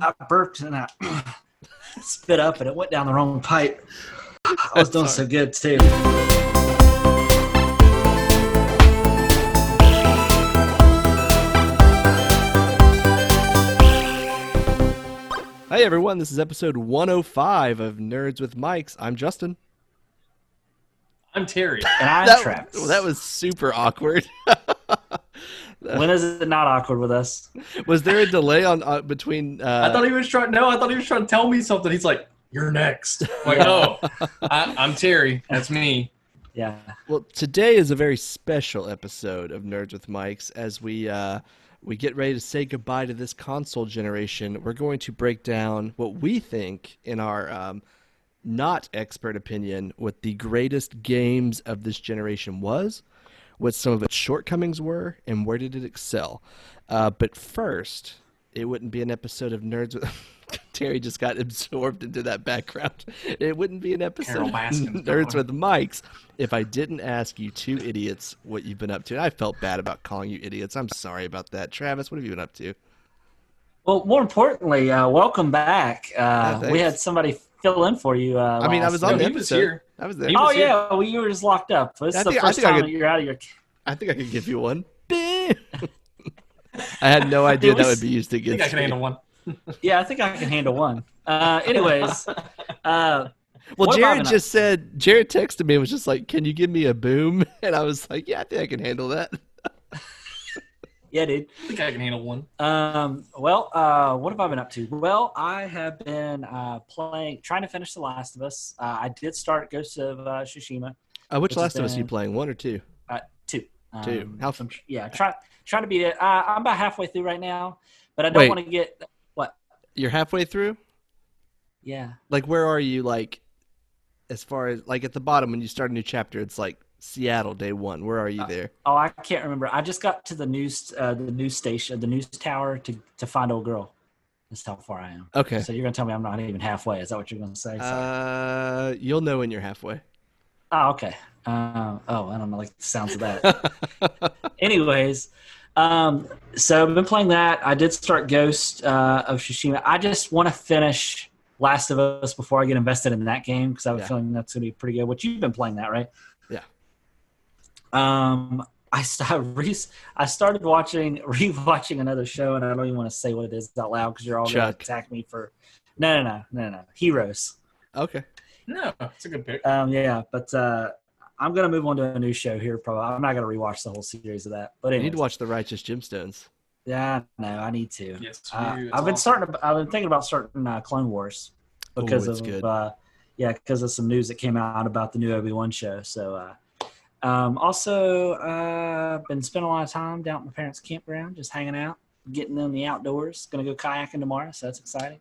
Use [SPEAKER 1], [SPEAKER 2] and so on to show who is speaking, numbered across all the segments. [SPEAKER 1] I burped and I spit up and it went down the wrong pipe. I was doing so good too.
[SPEAKER 2] Hey everyone, this is episode 105 of Nerds with Mics. I'm Justin.
[SPEAKER 3] I'm Terry.
[SPEAKER 2] Uh,
[SPEAKER 1] And I
[SPEAKER 2] that,
[SPEAKER 1] trapped.
[SPEAKER 2] that was uh, super awkward.
[SPEAKER 1] when is it not awkward with us?
[SPEAKER 2] was there a delay on uh, between? Uh,
[SPEAKER 3] I thought he was trying. No, I thought he was trying to tell me something. He's like, "You're next." I'm like, oh, I, I'm Terry. That's me.
[SPEAKER 1] Yeah.
[SPEAKER 2] well, today is a very special episode of Nerds with Mics as we uh, we get ready to say goodbye to this console generation. We're going to break down what we think, in our um, not expert opinion, what the greatest games of this generation was. what some of its shortcomings were, and where did it excel. Uh, but first, it wouldn't be an episode of Nerds. With... Terry just got absorbed into that background. It wouldn't be an episode
[SPEAKER 3] Carol
[SPEAKER 2] of
[SPEAKER 3] Baskin's
[SPEAKER 2] Nerds
[SPEAKER 3] gone.
[SPEAKER 2] with Mics if I didn't ask you two idiots what you've been up to. And I felt bad about calling you idiots. I'm sorry about that. Travis, what have you been up to?
[SPEAKER 1] Well, more importantly, uh, welcome back. Uh,
[SPEAKER 2] thanks.
[SPEAKER 1] we had somebody fill in for you. Uh,
[SPEAKER 2] I mean, I
[SPEAKER 1] last
[SPEAKER 2] was
[SPEAKER 3] No,
[SPEAKER 2] on
[SPEAKER 1] week.
[SPEAKER 2] the
[SPEAKER 3] he was
[SPEAKER 2] episode.
[SPEAKER 3] here.
[SPEAKER 2] I was there.
[SPEAKER 3] He
[SPEAKER 1] Oh
[SPEAKER 3] was here.
[SPEAKER 1] yeah, well you were just locked up. This
[SPEAKER 2] I
[SPEAKER 1] is the
[SPEAKER 2] think- I
[SPEAKER 1] first
[SPEAKER 2] think I
[SPEAKER 1] time
[SPEAKER 2] could-
[SPEAKER 1] that you're out of your.
[SPEAKER 2] I think I could give you one. I had no idea
[SPEAKER 1] we
[SPEAKER 2] that would
[SPEAKER 1] s-
[SPEAKER 2] be used
[SPEAKER 3] I think I
[SPEAKER 2] against
[SPEAKER 3] can
[SPEAKER 2] me.
[SPEAKER 3] handle one.
[SPEAKER 1] Yeah, I think I can handle one. Uh, anyways, uh,
[SPEAKER 2] Well,
[SPEAKER 1] What have I
[SPEAKER 2] Jared
[SPEAKER 1] been up
[SPEAKER 2] just said, Jared texted me and was just like, Can you give me a boom? And I was like, Yeah, I think I can handle that.
[SPEAKER 1] yeah, dude.
[SPEAKER 3] I think I can handle one.
[SPEAKER 1] Um, well, uh, what have I been up to? Well, I have been uh, playing, trying to finish The Last of Us. Uh, I did start Ghost of uh, Tsushima
[SPEAKER 2] Uh, which,
[SPEAKER 1] Which is
[SPEAKER 2] last of us are you
[SPEAKER 1] bad.
[SPEAKER 2] playing? One or two?
[SPEAKER 1] two. Um,
[SPEAKER 2] two. How f-
[SPEAKER 1] Yeah, try, trying to beat it. Uh, I'm about halfway through right now, but I don't
[SPEAKER 2] Wait.
[SPEAKER 1] want to get.
[SPEAKER 2] You're halfway through?
[SPEAKER 1] Yeah.
[SPEAKER 2] Like, where are you, like, as far as, like, at the bottom when you start a new chapter, it's like Seattle day one. Where are you
[SPEAKER 1] Uh,
[SPEAKER 2] there?
[SPEAKER 1] Oh, I can't remember. I just got to the news, uh, the news station, the news tower to to find old girl. That's how far I am.
[SPEAKER 2] Okay.
[SPEAKER 1] So you're gonna tell me I'm not even halfway? Is that what you're gonna say? Sorry.
[SPEAKER 2] Uh, you'll know when you're halfway.
[SPEAKER 1] Oh, okay. Um, oh, I don't like the sounds of that. Anyways, um, so I've been playing that. I did start Ghost uh, of Tsushima. I just want to finish Last of Us before I get invested in that game because I have a
[SPEAKER 2] Yeah.
[SPEAKER 1] feeling that's going to be pretty good. Which you've been playing that, right?
[SPEAKER 2] Yeah.
[SPEAKER 1] Um, I st- I re- I started watching rewatching another show, and I don't even want to say what it is out loud because you're all going
[SPEAKER 2] Chuck.
[SPEAKER 1] to attack me for. No, no, no, no, no. Heroes.
[SPEAKER 2] okay.
[SPEAKER 3] No, it's a good pick.
[SPEAKER 1] Um, yeah, but uh, I'm gonna move on to a new show here. Probably, I'm not gonna rewatch the whole series of that. But
[SPEAKER 2] You need
[SPEAKER 1] anyways,
[SPEAKER 2] to watch The Righteous Gemstones.
[SPEAKER 1] yeah, no, I need to.
[SPEAKER 3] Yes,
[SPEAKER 1] Uh,
[SPEAKER 3] you, it's
[SPEAKER 1] I've been
[SPEAKER 3] awesome.
[SPEAKER 1] starting. To, I've been thinking about starting uh, Clone Wars
[SPEAKER 2] Ooh,
[SPEAKER 1] because
[SPEAKER 2] it's
[SPEAKER 1] of
[SPEAKER 2] good.
[SPEAKER 1] Uh, yeah, because of some news that came out about the new Obi wan show. So, uh, um, also uh, been spending a lot of time down at my parents' campground, just hanging out, getting in the outdoors. Going to go kayaking tomorrow, so that's exciting.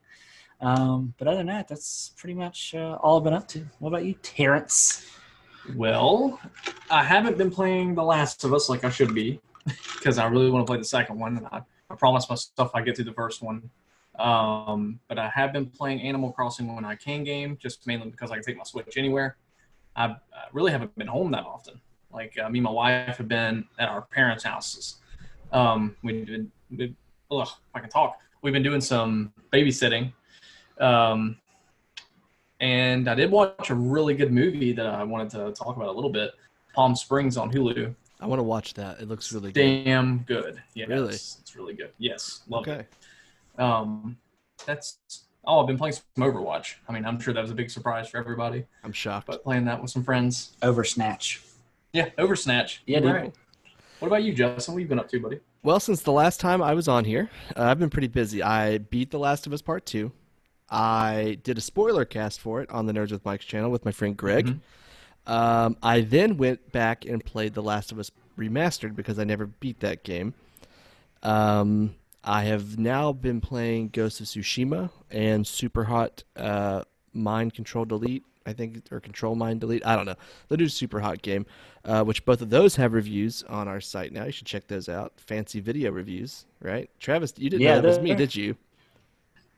[SPEAKER 1] Um, but other than that, that's pretty much uh, all I've been up to. What about you, Terrence?
[SPEAKER 3] Well, I haven't been playing The Last of Us like I should be because I really want to play the second one. I, I promised myself I get through the first one. Um, but I have been playing Animal Crossing when I can game, just mainly because I can take my Switch anywhere. I, I really haven't been home that often. Like uh, me and my wife have been at our parents' houses. Um, we've been, we, ugh, if I can talk. We've been doing some babysitting. Um, and I did watch a really good movie that I wanted to talk about a little bit. Palm Springs on Hulu.
[SPEAKER 2] I want to watch that. It looks really good.
[SPEAKER 3] Damn good. Yeah,
[SPEAKER 2] Really?
[SPEAKER 3] it's, it's really good. Yes, love
[SPEAKER 2] Okay.
[SPEAKER 3] it. Um, that's oh, I've been playing some Overwatch. I mean, I'm sure that was a big surprise for everybody,
[SPEAKER 2] I'm shocked.
[SPEAKER 3] but playing that with some friends.
[SPEAKER 1] Oversnatch.
[SPEAKER 3] Yeah, Oversnatch.
[SPEAKER 1] Yeah, dude.
[SPEAKER 3] Alright. What about you, Justin? What have you been up to, buddy?
[SPEAKER 2] Well, since the last time I was on here, uh, I've been pretty busy. I beat The Last of Us Part 2. I did a spoiler cast for it on the Nerds with Mike's channel with my friend Greg.
[SPEAKER 3] Mhm.
[SPEAKER 1] Mm-hmm.
[SPEAKER 2] Um, I then went back and played The Last of Us Remastered because I never beat that game. Um, I have now been playing Ghost of Tsushima and Super Hot uh, Mind Control Delete, I think, or Control Mind Delete. I don't know. The new Super Hot game, uh, which both of those have reviews on our site now. You should check those out. Fancy video reviews, right? Travis, you didn't
[SPEAKER 1] Yeah,
[SPEAKER 2] know that was
[SPEAKER 1] they're-
[SPEAKER 2] me, did you?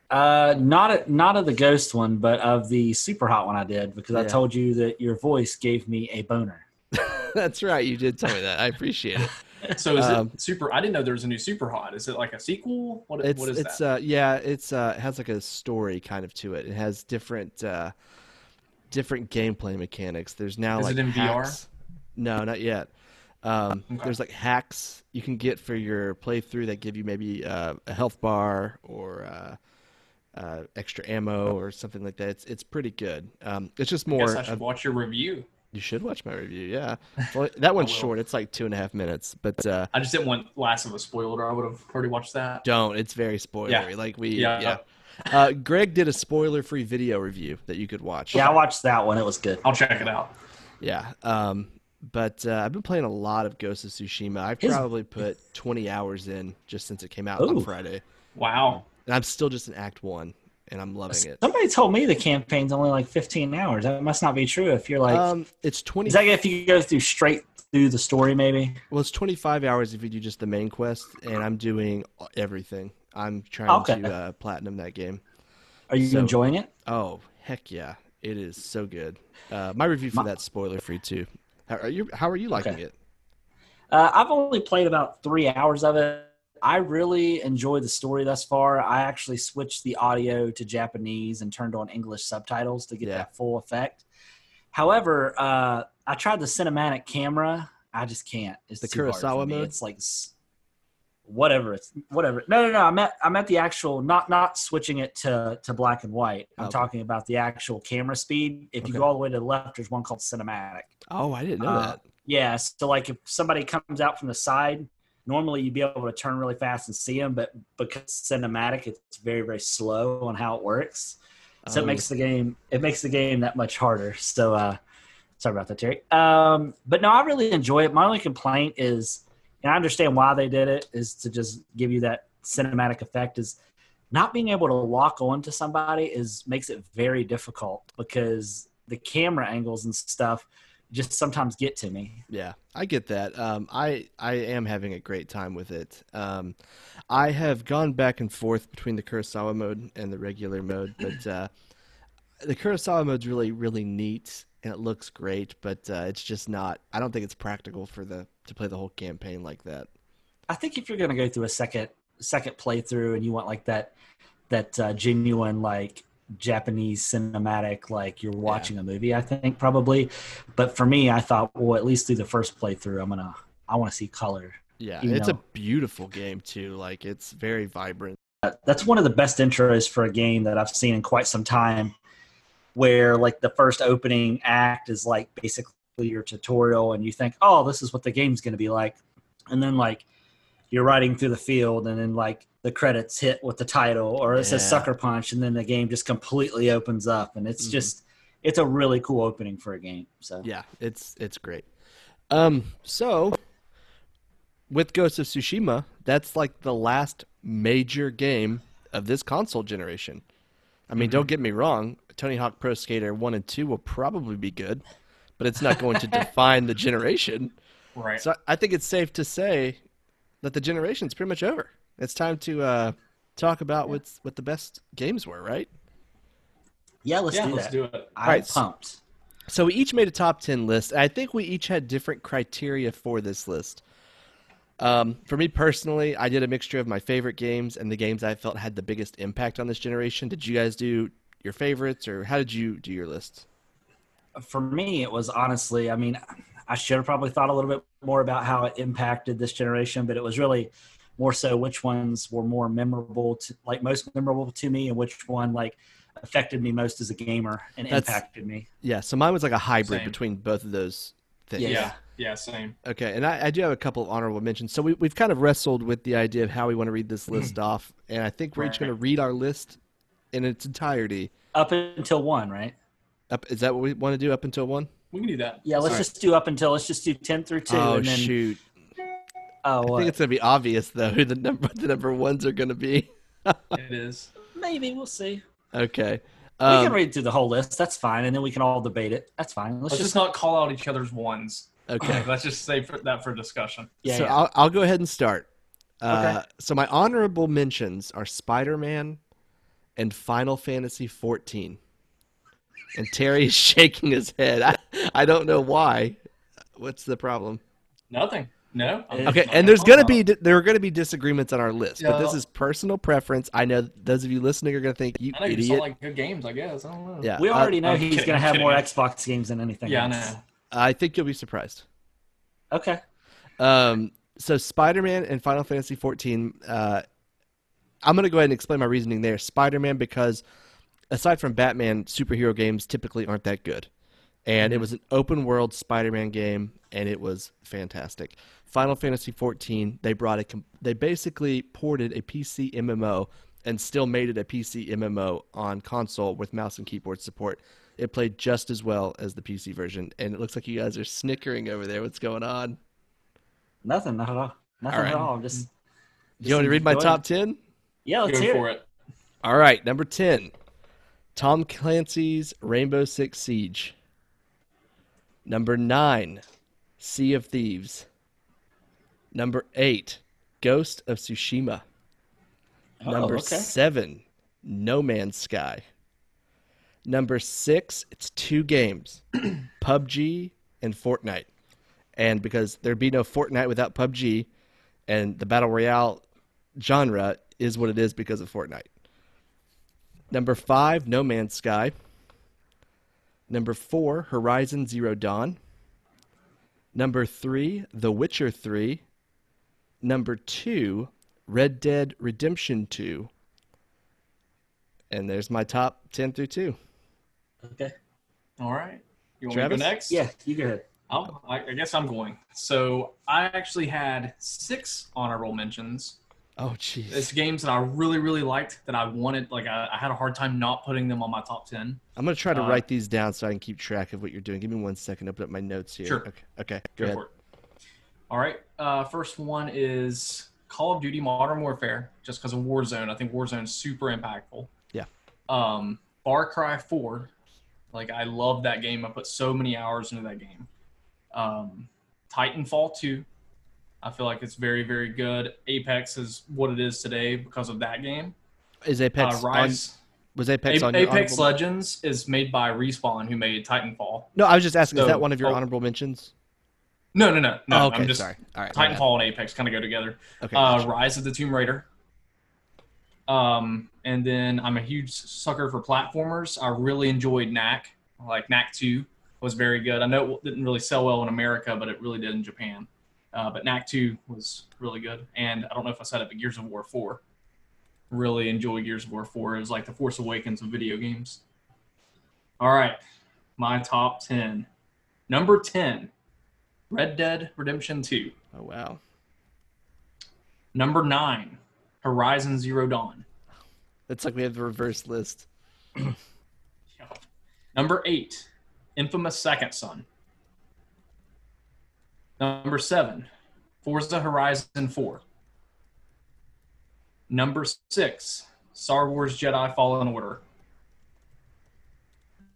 [SPEAKER 1] Uh, not a, not of the ghost one, but of the super hot one I did because I
[SPEAKER 2] Yeah.
[SPEAKER 1] told you that your voice gave me a boner.
[SPEAKER 2] That's right. You did tell me that. I appreciate it.
[SPEAKER 3] So is
[SPEAKER 2] Um,
[SPEAKER 3] it super? I didn't know there was a new Super Hot. Is it like a sequel? What,
[SPEAKER 2] It's
[SPEAKER 3] what is
[SPEAKER 2] it's
[SPEAKER 3] that?
[SPEAKER 2] uh yeah, it's uh it has like a story kind of to it. It has different uh different gameplay mechanics. There's now
[SPEAKER 3] Is
[SPEAKER 2] like
[SPEAKER 3] it in VR?
[SPEAKER 2] hacks. No, not yet. Um
[SPEAKER 3] Okay.
[SPEAKER 2] there's like hacks you can get for your playthrough that give you maybe uh, a health bar or uh uh, extra ammo or something like that. It's it's pretty good. Um, it's just
[SPEAKER 3] I
[SPEAKER 2] more.
[SPEAKER 3] guess I should
[SPEAKER 2] of-
[SPEAKER 3] watch your review.
[SPEAKER 2] you should watch my review. Yeah, well, that one's
[SPEAKER 3] will.
[SPEAKER 2] short. It's like two and a half minutes, but uh,
[SPEAKER 3] I just didn't want Last of Us spoiled, or I would have already watched that.
[SPEAKER 2] don't. It's very spoilery. Like we, yeah.
[SPEAKER 3] Yeah.
[SPEAKER 2] Uh, Greg did a spoiler-free video review that you could watch.
[SPEAKER 1] Yeah, I watched that one. It was good.
[SPEAKER 3] I'll check it out.
[SPEAKER 2] yeah. Um, but uh, I've been playing a lot of Ghost of Tsushima. I've
[SPEAKER 1] Is-
[SPEAKER 2] probably put 20 hours in just since it came out on
[SPEAKER 1] Ooh.
[SPEAKER 2] Friday,
[SPEAKER 3] Wow.
[SPEAKER 2] and I'm still just in Act One, and I'm loving it.
[SPEAKER 1] Somebody told me the campaign's only like 15 hours. That must not be true. If you're like,
[SPEAKER 2] Um, it's 20.
[SPEAKER 1] is that if you go through straight through the story? Maybe.
[SPEAKER 2] Well, it's 25 hours if you do just the main quest, and I'm doing uh, everything. I'm trying
[SPEAKER 1] Okay.
[SPEAKER 2] to uh, platinum that game.
[SPEAKER 1] Are you
[SPEAKER 2] So-
[SPEAKER 1] enjoying it?
[SPEAKER 2] Oh, heck yeah. It is so good. Uh, my review for
[SPEAKER 1] My-
[SPEAKER 2] that's spoiler free, too. How are you, how are you liking
[SPEAKER 1] Okay.
[SPEAKER 2] it?
[SPEAKER 1] Uh, I've only played about three hours of it. I really enjoy the story thus far. I actually switched the audio to Japanese and turned on English subtitles to get
[SPEAKER 2] Yeah.
[SPEAKER 1] that full effect. However, uh, I tried the cinematic camera. I just can't. It's
[SPEAKER 2] The
[SPEAKER 1] too hard for
[SPEAKER 2] Kurosawa
[SPEAKER 1] me.
[SPEAKER 2] mode?
[SPEAKER 1] It's like s- whatever. It's whatever. No, no, no. I meant I meant the actual. Not not switching it to to black and white. I'm
[SPEAKER 2] Okay.
[SPEAKER 1] talking about the actual camera speed. If you
[SPEAKER 2] Okay.
[SPEAKER 1] go all the way to the left, there's one called cinematic.
[SPEAKER 2] Oh, I didn't know
[SPEAKER 1] Uh,
[SPEAKER 2] that.
[SPEAKER 1] Yeah, so like if somebody comes out from the side, normally you'd be able to turn really fast and see them, but because it's cinematic, it's very very slow on how it works. So
[SPEAKER 2] Oh,
[SPEAKER 1] it makes the game it makes the game that much harder. So uh, sorry about that, Terry. Um, but no, I really enjoy it. My only complaint is, and I understand why they did it, is to just give you that cinematic effect. Is not being able to lock on to somebody is makes it very difficult because the camera angles and stuff just sometimes get to me.
[SPEAKER 2] Yeah, I get that. Um, I I am having a great time with it. Um, I have gone back and forth between the Kurosawa mode and the regular mode, but uh, the Kurosawa mode's really really neat and it looks great, but uh, it's just not. I don't think it's practical for the to play the whole campaign like that.
[SPEAKER 1] I think if you're going to go through a second second playthrough and you want like that that uh, genuine like Japanese cinematic like you're watching a movie, I think probably. But for me, I thought well, at least through the first playthrough, I'm gonna I want to see color.
[SPEAKER 2] Yeah,
[SPEAKER 1] You
[SPEAKER 2] it's a
[SPEAKER 1] know.
[SPEAKER 2] beautiful game too. Like it's very vibrant.
[SPEAKER 1] Uh, That's one of the best intros for a game that I've seen in quite some time. Where like the first opening act is like basically your tutorial, and you think, oh, this is what the game's gonna be like, and then like you're riding through the field and then like the credits hit with the title or it
[SPEAKER 2] Yeah.
[SPEAKER 1] says sucker punch and then the game just completely opens up and it's
[SPEAKER 3] Mm-hmm.
[SPEAKER 2] Mhm.
[SPEAKER 1] just it's a really cool opening for a game so
[SPEAKER 2] Yeah, it's it's great. Um, so with Ghost of Tsushima, that's like the last major game of this console generation. I mean, don't get me wrong, Tony Hawk Pro Skater 1 and 2 will probably be good, but it's not going to define the generation.
[SPEAKER 3] Right.
[SPEAKER 2] So I think it's safe to say that the generation's pretty much over. It's time to uh, talk about what's what the best games were, right?
[SPEAKER 1] yeah let's
[SPEAKER 3] yeah,
[SPEAKER 1] do
[SPEAKER 3] let's
[SPEAKER 1] that
[SPEAKER 3] do it.
[SPEAKER 1] i'm
[SPEAKER 2] Alright, so-
[SPEAKER 1] pumped
[SPEAKER 2] So we each made a top 10 list. I think we each had different criteria for this list. Um, for me personally, I did a mixture of my favorite games and the games I felt had the biggest impact on this generation. Did you guys do your favorites or how did you do your list?
[SPEAKER 1] for me, it was honestly, I mean, I should have probably thought a little bit more about how it impacted this generation, but it was really more so which ones were more memorable to like most memorable to me and which one like affected me most as a gamer and
[SPEAKER 2] That's-
[SPEAKER 1] impacted me.
[SPEAKER 2] Yeah, so mine was like a hybrid
[SPEAKER 3] Same.
[SPEAKER 2] between both of those things.
[SPEAKER 1] Yeah.
[SPEAKER 3] Yeah. Yeah. Same.
[SPEAKER 2] Okay, and I, I do have a couple of honorable mentions. So we, we've kind of wrestled with the idea of how we want to read this list off, and I think we're each going to read our list in its entirety.
[SPEAKER 1] Up until one, right?
[SPEAKER 2] Up, is that what we want to do up until one?
[SPEAKER 3] We can do that.
[SPEAKER 1] Yeah, let's
[SPEAKER 3] Sorry.
[SPEAKER 1] just do up until let's just do ten through two,
[SPEAKER 2] oh
[SPEAKER 1] and then
[SPEAKER 2] shoot!
[SPEAKER 1] oh
[SPEAKER 2] I
[SPEAKER 1] what?
[SPEAKER 2] think it's gonna be obvious though who the number the number ones are gonna be.
[SPEAKER 3] It is.
[SPEAKER 1] maybe we'll see.
[SPEAKER 2] Okay.
[SPEAKER 1] we
[SPEAKER 2] Um,
[SPEAKER 1] can read through the whole list. That's fine, and then we can all debate it. That's fine. Let's,
[SPEAKER 3] Let's just
[SPEAKER 1] just,
[SPEAKER 3] not call out each other's ones.
[SPEAKER 2] okay.
[SPEAKER 3] Let's just save for, that for discussion.
[SPEAKER 1] yeah.
[SPEAKER 2] so
[SPEAKER 1] yeah.
[SPEAKER 2] I'll I'll go ahead and start. Uh, So my honorable mentions are Spider Man and Final Fantasy fourteen. And Terry is shaking his head. I, I don't know why. What's the problem?
[SPEAKER 3] Nothing. No. I'm
[SPEAKER 2] Okay,
[SPEAKER 3] not
[SPEAKER 2] and there's
[SPEAKER 3] talking
[SPEAKER 2] gonna
[SPEAKER 3] about
[SPEAKER 2] be
[SPEAKER 3] it.
[SPEAKER 2] there are gonna be disagreements on our list, but this
[SPEAKER 3] Yeah.
[SPEAKER 2] is personal preference. I know those of you listening are gonna think you
[SPEAKER 3] I know you just don't
[SPEAKER 2] idiot.
[SPEAKER 3] like good games. I guess I don't know.
[SPEAKER 2] Yeah,
[SPEAKER 1] We
[SPEAKER 2] I-
[SPEAKER 1] already know
[SPEAKER 3] I'm
[SPEAKER 1] he's
[SPEAKER 3] kidding,
[SPEAKER 1] going to have
[SPEAKER 3] I'm kidding.
[SPEAKER 1] more Xbox games than anything.
[SPEAKER 3] Yeah, I
[SPEAKER 1] else.
[SPEAKER 3] know.
[SPEAKER 2] I think you'll be surprised.
[SPEAKER 1] Okay.
[SPEAKER 2] Um, so Spider-Man and Final Fantasy 14. Uh, I'm going to go ahead and explain my reasoning there. Spider-Man because aside from Batman, superhero games typically aren't that good, and it was an open-world Spider-Man game, and it was fantastic. Final Fantasy 14. They brought a. com- They basically ported a PC MMO and still made it a PC MMO on console with mouse and keyboard support. It played just as well as the PC version, and it looks like you guys are snickering over there. What's going on?
[SPEAKER 1] Nothing. Not at all. Nothing
[SPEAKER 2] right.
[SPEAKER 1] at all. Just
[SPEAKER 2] You want me to read my
[SPEAKER 1] Go
[SPEAKER 2] top 10?
[SPEAKER 1] yeah. Let's
[SPEAKER 3] Go
[SPEAKER 1] hear
[SPEAKER 3] for
[SPEAKER 1] it.
[SPEAKER 3] it.
[SPEAKER 2] All right, number 10, Tom Clancy's Rainbow Six Siege. Number 9, Sea of Thieves. Number 8, Ghost of Tsushima.
[SPEAKER 1] Oh,
[SPEAKER 2] Number
[SPEAKER 1] okay.
[SPEAKER 2] 7, No Man's Sky. Number 6, it's two games PUBG and Fortnite. And because there'd be no Fortnite without PUBG, and the Battle Royale genre is what it is because of Fortnite. Number five, No Man's Sky. Number four, Horizon Zero Dawn. Number three, The Witcher 3. Number two, Red Dead Redemption 2. And there's my top 10 through 2.
[SPEAKER 1] Okay.
[SPEAKER 3] All right. You want
[SPEAKER 2] Travis?
[SPEAKER 3] me to go next?
[SPEAKER 1] Yeah. You go ahead.
[SPEAKER 3] I'll, I, I guess I'm going. So I actually had six honorable mentions.
[SPEAKER 2] Oh, jeez.
[SPEAKER 3] It's games that I really, really liked that I wanted. Like I, I had a hard time not putting them on my top ten.
[SPEAKER 2] I'm going to try to
[SPEAKER 3] uh,
[SPEAKER 2] write these down so I can keep track of what you're doing. Give me one second. Open up my notes here.
[SPEAKER 3] Sure.
[SPEAKER 2] Okay. okay. Go
[SPEAKER 3] Go
[SPEAKER 2] ahead.
[SPEAKER 3] for it. All right. Uh, first one is Call of Duty Modern Warfare, just because of Warzone. I think Warzone's super impactful.
[SPEAKER 2] Yeah.
[SPEAKER 3] Um, Far Cry 4. Like, I love that game. I put so many hours into that game. Um, Titanfall 2. I feel like it's very, very good. Apex is what it is today because of that game.
[SPEAKER 2] Is Apex
[SPEAKER 3] uh, Rise,
[SPEAKER 2] on? Was Apex
[SPEAKER 3] A-
[SPEAKER 2] on your
[SPEAKER 3] Apex
[SPEAKER 2] honorable-
[SPEAKER 3] Legends is made by Respawn, who made Titanfall.
[SPEAKER 2] No, I was just asking. is
[SPEAKER 3] So-
[SPEAKER 2] that one of your
[SPEAKER 3] oh.
[SPEAKER 2] honorable mentions?
[SPEAKER 3] No, no, no, no.
[SPEAKER 2] oh, okay.
[SPEAKER 3] I'm just
[SPEAKER 2] sorry. All right. my bad.
[SPEAKER 3] Titanfall and Apex kind of go together.
[SPEAKER 2] Okay.
[SPEAKER 3] uh, Rise of the Tomb Raider. Um, and then I'm a huge sucker for platformers. I really enjoyed Knack. Like Knack 2 was very good. I know it didn't really sell well in America, but it really did in Japan. Uh, but Knack 2 was really good. And I don't know if I said it, but Gears of War 4. Really enjoyed Gears of War 4. It was like the Force Awakens of video games. All right, my top 10. Number 10, Red Dead Redemption 2.
[SPEAKER 2] oh wow.
[SPEAKER 3] Number nine, Horizon Zero Dawn.
[SPEAKER 2] It's like we have the reverse list.
[SPEAKER 3] Number eight, Infamous Second Son. Number seven, Forza Horizon 4. Number six, Star Wars Jedi Fallen Order.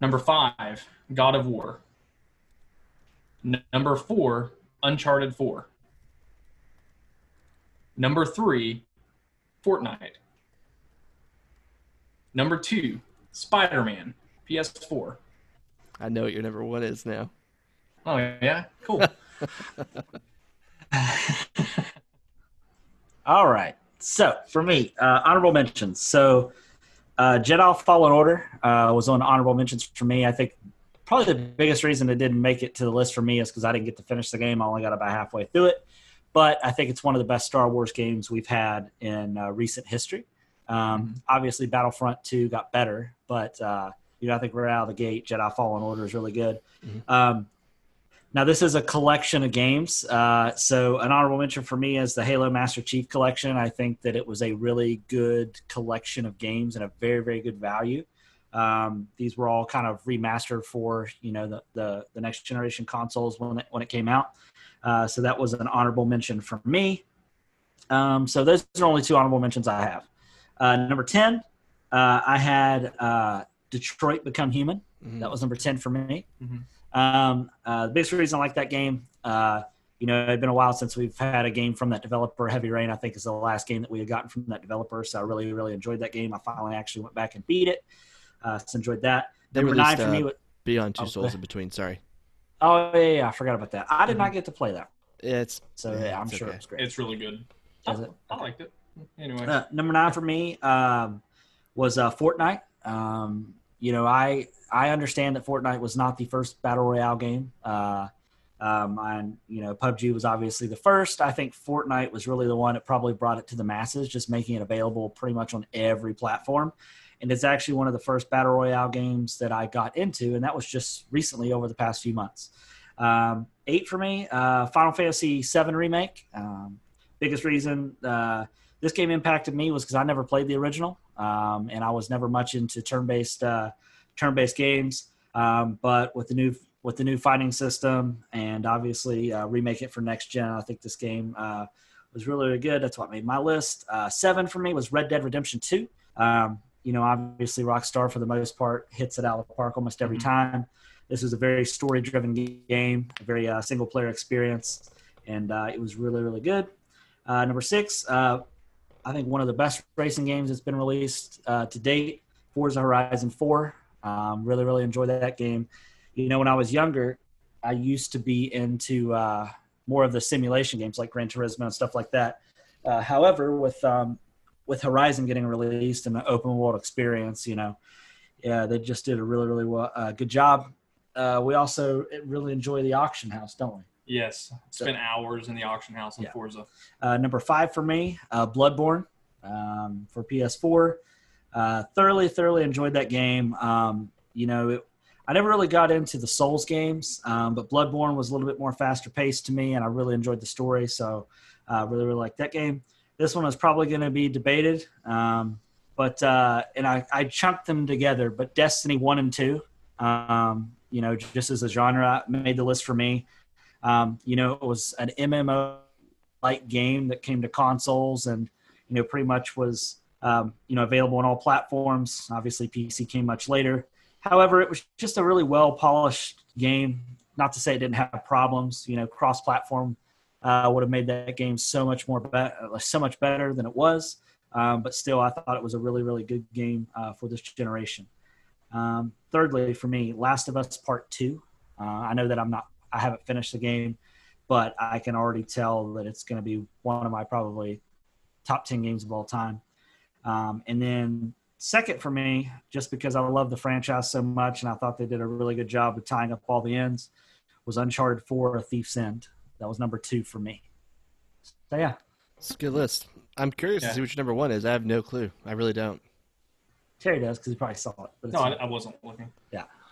[SPEAKER 3] Number five, God of War. N- number four, Uncharted 4. Number three, Fortnite. Number two, Spider Man, PS4.
[SPEAKER 2] I know what your number one is now.
[SPEAKER 3] Oh yeah, cool.
[SPEAKER 1] All right. So for me, uh, honorable mentions. So uh, Jedi Fallen Order uh, was on honorable mentions for me. I think probably the biggest reason it didn't make it to the list for me is because I didn't get to finish the game. I only got about halfway through it. But I think it's one of the best Star Wars games we've had in uh, recent history. Um, obviously, Battlefront 2 got better, but uh, you know I think right out of the gate, Jedi Fallen Order is really good.
[SPEAKER 2] Mhm.
[SPEAKER 1] Um, now, this is a collection of games. Uh, so, an honorable mention for me is the Halo Master Chief Collection. I think that it was a really good collection of games and a very, very good value. Um, these were all kind of remastered for you know the the, the next generation consoles when it, when it came out. Uh, so that was an honorable mention for me. Um, so those are only two honorable mentions I have. Uh, number ten, uh, I had uh, Detroit Become Human.
[SPEAKER 2] Mm-hmm.
[SPEAKER 1] That was number 10 for me.
[SPEAKER 3] Mhm.
[SPEAKER 1] Um, uh, the biggest reason I like that game, uh, you know, it had been a while since we've had a game from that developer. Heavy Rain, I think, is the last game that we had gotten from that developer. So I really, really enjoyed that game. I finally actually went back and beat it. Uh, so enjoyed that.
[SPEAKER 2] They
[SPEAKER 1] number nine
[SPEAKER 2] released
[SPEAKER 1] for
[SPEAKER 2] uh,
[SPEAKER 1] me was.
[SPEAKER 2] Beyond Two
[SPEAKER 1] Oh,
[SPEAKER 2] Souls
[SPEAKER 1] okay.
[SPEAKER 2] in between. Sorry,
[SPEAKER 1] Oh, yeah, yeah, I forgot about that. I did not get to play that.
[SPEAKER 2] It's
[SPEAKER 1] So
[SPEAKER 2] Mm-hmm. Yeah,
[SPEAKER 1] yeah, I'm
[SPEAKER 2] it's
[SPEAKER 1] sure
[SPEAKER 2] okay.
[SPEAKER 1] it's great.
[SPEAKER 3] It's really good.
[SPEAKER 1] Is
[SPEAKER 3] I,
[SPEAKER 1] it?
[SPEAKER 3] I liked it. Anyway,
[SPEAKER 1] Uh, number nine for me um, was uh, Fortnite. Um, you know, I I understand that Fortnite was not the first battle royale game. Uh, um, and you know, PUBG was obviously the first. I think Fortnite was really the one that probably brought it to the masses, just making it available pretty much on every platform. And it's actually one of the first battle royale games that I got into, and that was just recently over the past few months. Um, eight for me, uh, Final Fantasy VII remake. Um, biggest reason uh, this game impacted me was because I never played the original, um, and I was never much into turn-based uh, turn-based games. Um, but with the new with the new fighting system, and obviously uh, remake it for next gen, I think this game uh, was really, really good. That's what made my list. Uh, seven for me was Red Dead Redemption Two. Um, you know, obviously Rockstar for the most part hits it out of the park almost every
[SPEAKER 3] Mhm.
[SPEAKER 1] time. This was a very story-driven g- game, a very uh, single-player experience, and uh, it was really, really good. Uh, number six, uh, I think one of the best racing games that's been released uh, to date, Forza Horizon 4. Um, really, really enjoyed that game. You know, when I was younger, I used to be into uh, more of the simulation games like Gran Turismo and stuff like that. Uh, however, with um, with Horizon getting released and the open world experience, you know, yeah, they just did a really, really well, uh, good job. Uh, we also really enjoy the auction house, don't we?
[SPEAKER 3] yes, spent hours in the auction house on
[SPEAKER 1] Yeah.
[SPEAKER 3] Forza.
[SPEAKER 1] Uh, number five for me, uh, Bloodborne um, for PS4. Uh, thoroughly, thoroughly enjoyed that game. Um, you know, it, I never really got into the Souls games, um, but Bloodborne was a little bit more faster paced to me, and I really enjoyed the story. So, uh, really, really liked that game. This one is probably going to be debated, um, but uh, and I, I chunked them together. But Destiny one and two, um, you know, just as a genre, made the list for me. Um, you know, it was an MMO like game that came to consoles and you know pretty much was um, you know available on all platforms obviously pc came much later however it was just a really well polished game not to say it didn't have problems you know cross platform uh, would have made that game so much more be- so much better than it was um, but still i thought it was a really really good game uh, for this generation um, thirdly for me last of us part two uh, i know that i'm not i haven't finished the game but I can already tell that it's going to be one of my probably top 10 games of all time. Um, and then, second for me, just because I love the franchise so much and I thought they did a really good job of tying up all the ends, was Uncharted 4 A Thief's End. That was number two for me. So, yeah.
[SPEAKER 2] it's a good list. I'm curious
[SPEAKER 3] Yeah.
[SPEAKER 2] to see what your number one is. I have no clue. I really don't.
[SPEAKER 1] Terry does because he probably saw it. But it's
[SPEAKER 3] No, I, I wasn't looking.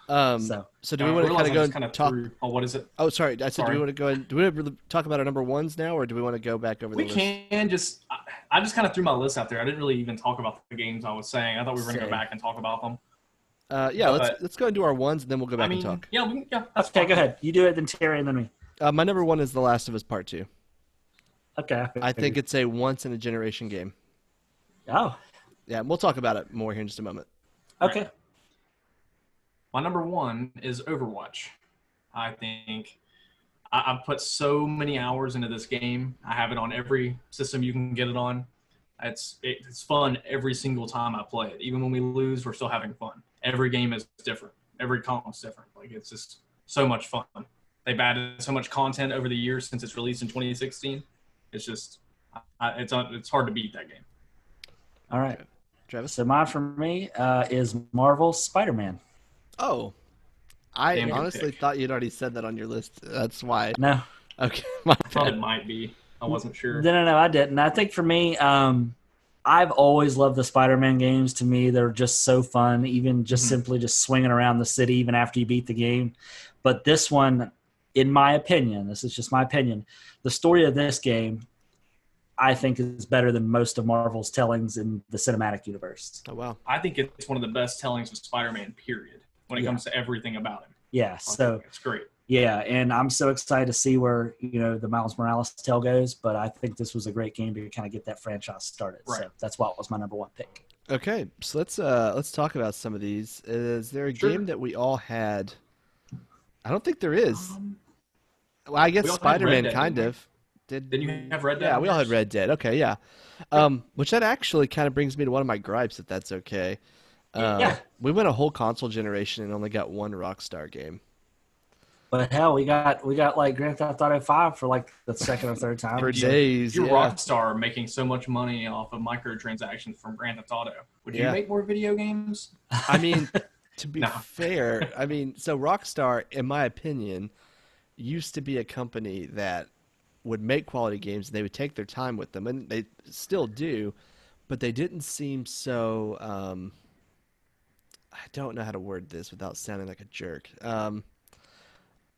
[SPEAKER 2] Um, so,
[SPEAKER 1] So- uh,
[SPEAKER 2] do we want to kind of go and
[SPEAKER 3] kind of
[SPEAKER 2] talk?
[SPEAKER 3] Oh, what is it?
[SPEAKER 2] Oh, sorry. I said, do
[SPEAKER 3] Sorry.
[SPEAKER 2] we want to go and do we want to talk about our number ones now, or do we want to go back over
[SPEAKER 3] We
[SPEAKER 2] the list?
[SPEAKER 3] can just. I, I just kind of threw my list out there. I didn't really even talk about the games I was saying. I thought we were going to
[SPEAKER 2] Same.
[SPEAKER 3] go back and talk about them.
[SPEAKER 2] Uh, yeah, let's
[SPEAKER 3] But-
[SPEAKER 2] let's go and do our ones, and then we'll go back
[SPEAKER 3] I mean,
[SPEAKER 2] and talk.
[SPEAKER 3] yeah, we, can- yeah, that's
[SPEAKER 1] okay,
[SPEAKER 3] fine.
[SPEAKER 1] go ahead. You do it, then Terry, and then me.
[SPEAKER 2] Uh, my number one is The Last of Us Part Two.
[SPEAKER 1] Okay.
[SPEAKER 2] I think
[SPEAKER 1] figured.
[SPEAKER 2] it's a once in a generation game.
[SPEAKER 1] Oh,
[SPEAKER 2] Yeah, and we'll talk about it more here in just a moment.
[SPEAKER 1] okay.
[SPEAKER 3] My number one is Overwatch. I think I, I've put so many hours into this game. I have it on every system you can get it on. It's it, it's fun every single time I play it. Even when we lose, we're still having fun. Every game is different. Every column's different. Like it's just so much fun. They've added so much content over the years since its release in 2016. It's just I, it's it's hard to beat that game.
[SPEAKER 1] All right.
[SPEAKER 2] Travis.
[SPEAKER 1] So, mine for me uh, is Marvel Spider Man.
[SPEAKER 2] Oh, I
[SPEAKER 3] Damn good
[SPEAKER 2] honestly
[SPEAKER 3] pick.
[SPEAKER 2] thought you'd already said that on your list. That's why.
[SPEAKER 1] No.
[SPEAKER 2] Okay, my
[SPEAKER 3] Thought
[SPEAKER 2] bad.
[SPEAKER 3] it might be. I wasn't sure.
[SPEAKER 1] No, no, no, I didn't. I think for me, um, I've always loved the Spider-Man games. To me, they're just so fun. Even just
[SPEAKER 3] Mhm.
[SPEAKER 1] simply just swinging around the city, even after you beat the game. But this one, in my opinion, this is just my opinion. The story of this game, I think, is better than most of Marvel's tellings in the cinematic universe.
[SPEAKER 2] Oh wow.
[SPEAKER 3] I think it's one of the best tellings of Spider-Man. Period. When it
[SPEAKER 1] Yeah.
[SPEAKER 3] comes to everything about him,
[SPEAKER 1] Yeah.
[SPEAKER 3] I
[SPEAKER 1] So.
[SPEAKER 3] think it's great.
[SPEAKER 1] Yeah, and I'm so excited to see where you know the Miles Morales tale goes. But I think this was a great game to kind of get that franchise started.
[SPEAKER 3] Right.
[SPEAKER 1] So that's why it was my number one pick.
[SPEAKER 2] Okay, so let's uh let's talk about some of these. Is there a
[SPEAKER 3] Sure.
[SPEAKER 2] game that we all had? I don't think there is.
[SPEAKER 3] Um,
[SPEAKER 2] Well, I guess
[SPEAKER 3] we all had Red
[SPEAKER 2] Spider-Man
[SPEAKER 3] Dead,
[SPEAKER 2] kind
[SPEAKER 3] didn't we?
[SPEAKER 2] of. Did
[SPEAKER 3] Didn't you have Red Dead?
[SPEAKER 2] Yeah, we all had
[SPEAKER 3] first?
[SPEAKER 2] Red Dead. Okay, yeah. Um, which that actually kind of brings me to one of my gripes, if that's okay. Uh,
[SPEAKER 1] Yeah.
[SPEAKER 2] We went a whole console generation and only got one Rockstar game.
[SPEAKER 1] But hell, we got we got like Grand Theft Auto Five for like the second or third time.
[SPEAKER 2] for
[SPEAKER 3] you-
[SPEAKER 2] days.
[SPEAKER 3] You're
[SPEAKER 2] yeah.
[SPEAKER 3] Rockstar making so much money off of microtransactions from Grand Theft Auto. Would
[SPEAKER 2] Yeah.
[SPEAKER 3] you make more video games?
[SPEAKER 2] I mean, to be
[SPEAKER 3] No.
[SPEAKER 2] fair, I mean, so Rockstar, in my opinion, used to be a company that would make quality games and they would take their time with them, and they still do, but they didn't seem so. Um, I don't know how to word this without sounding like a jerk. Um,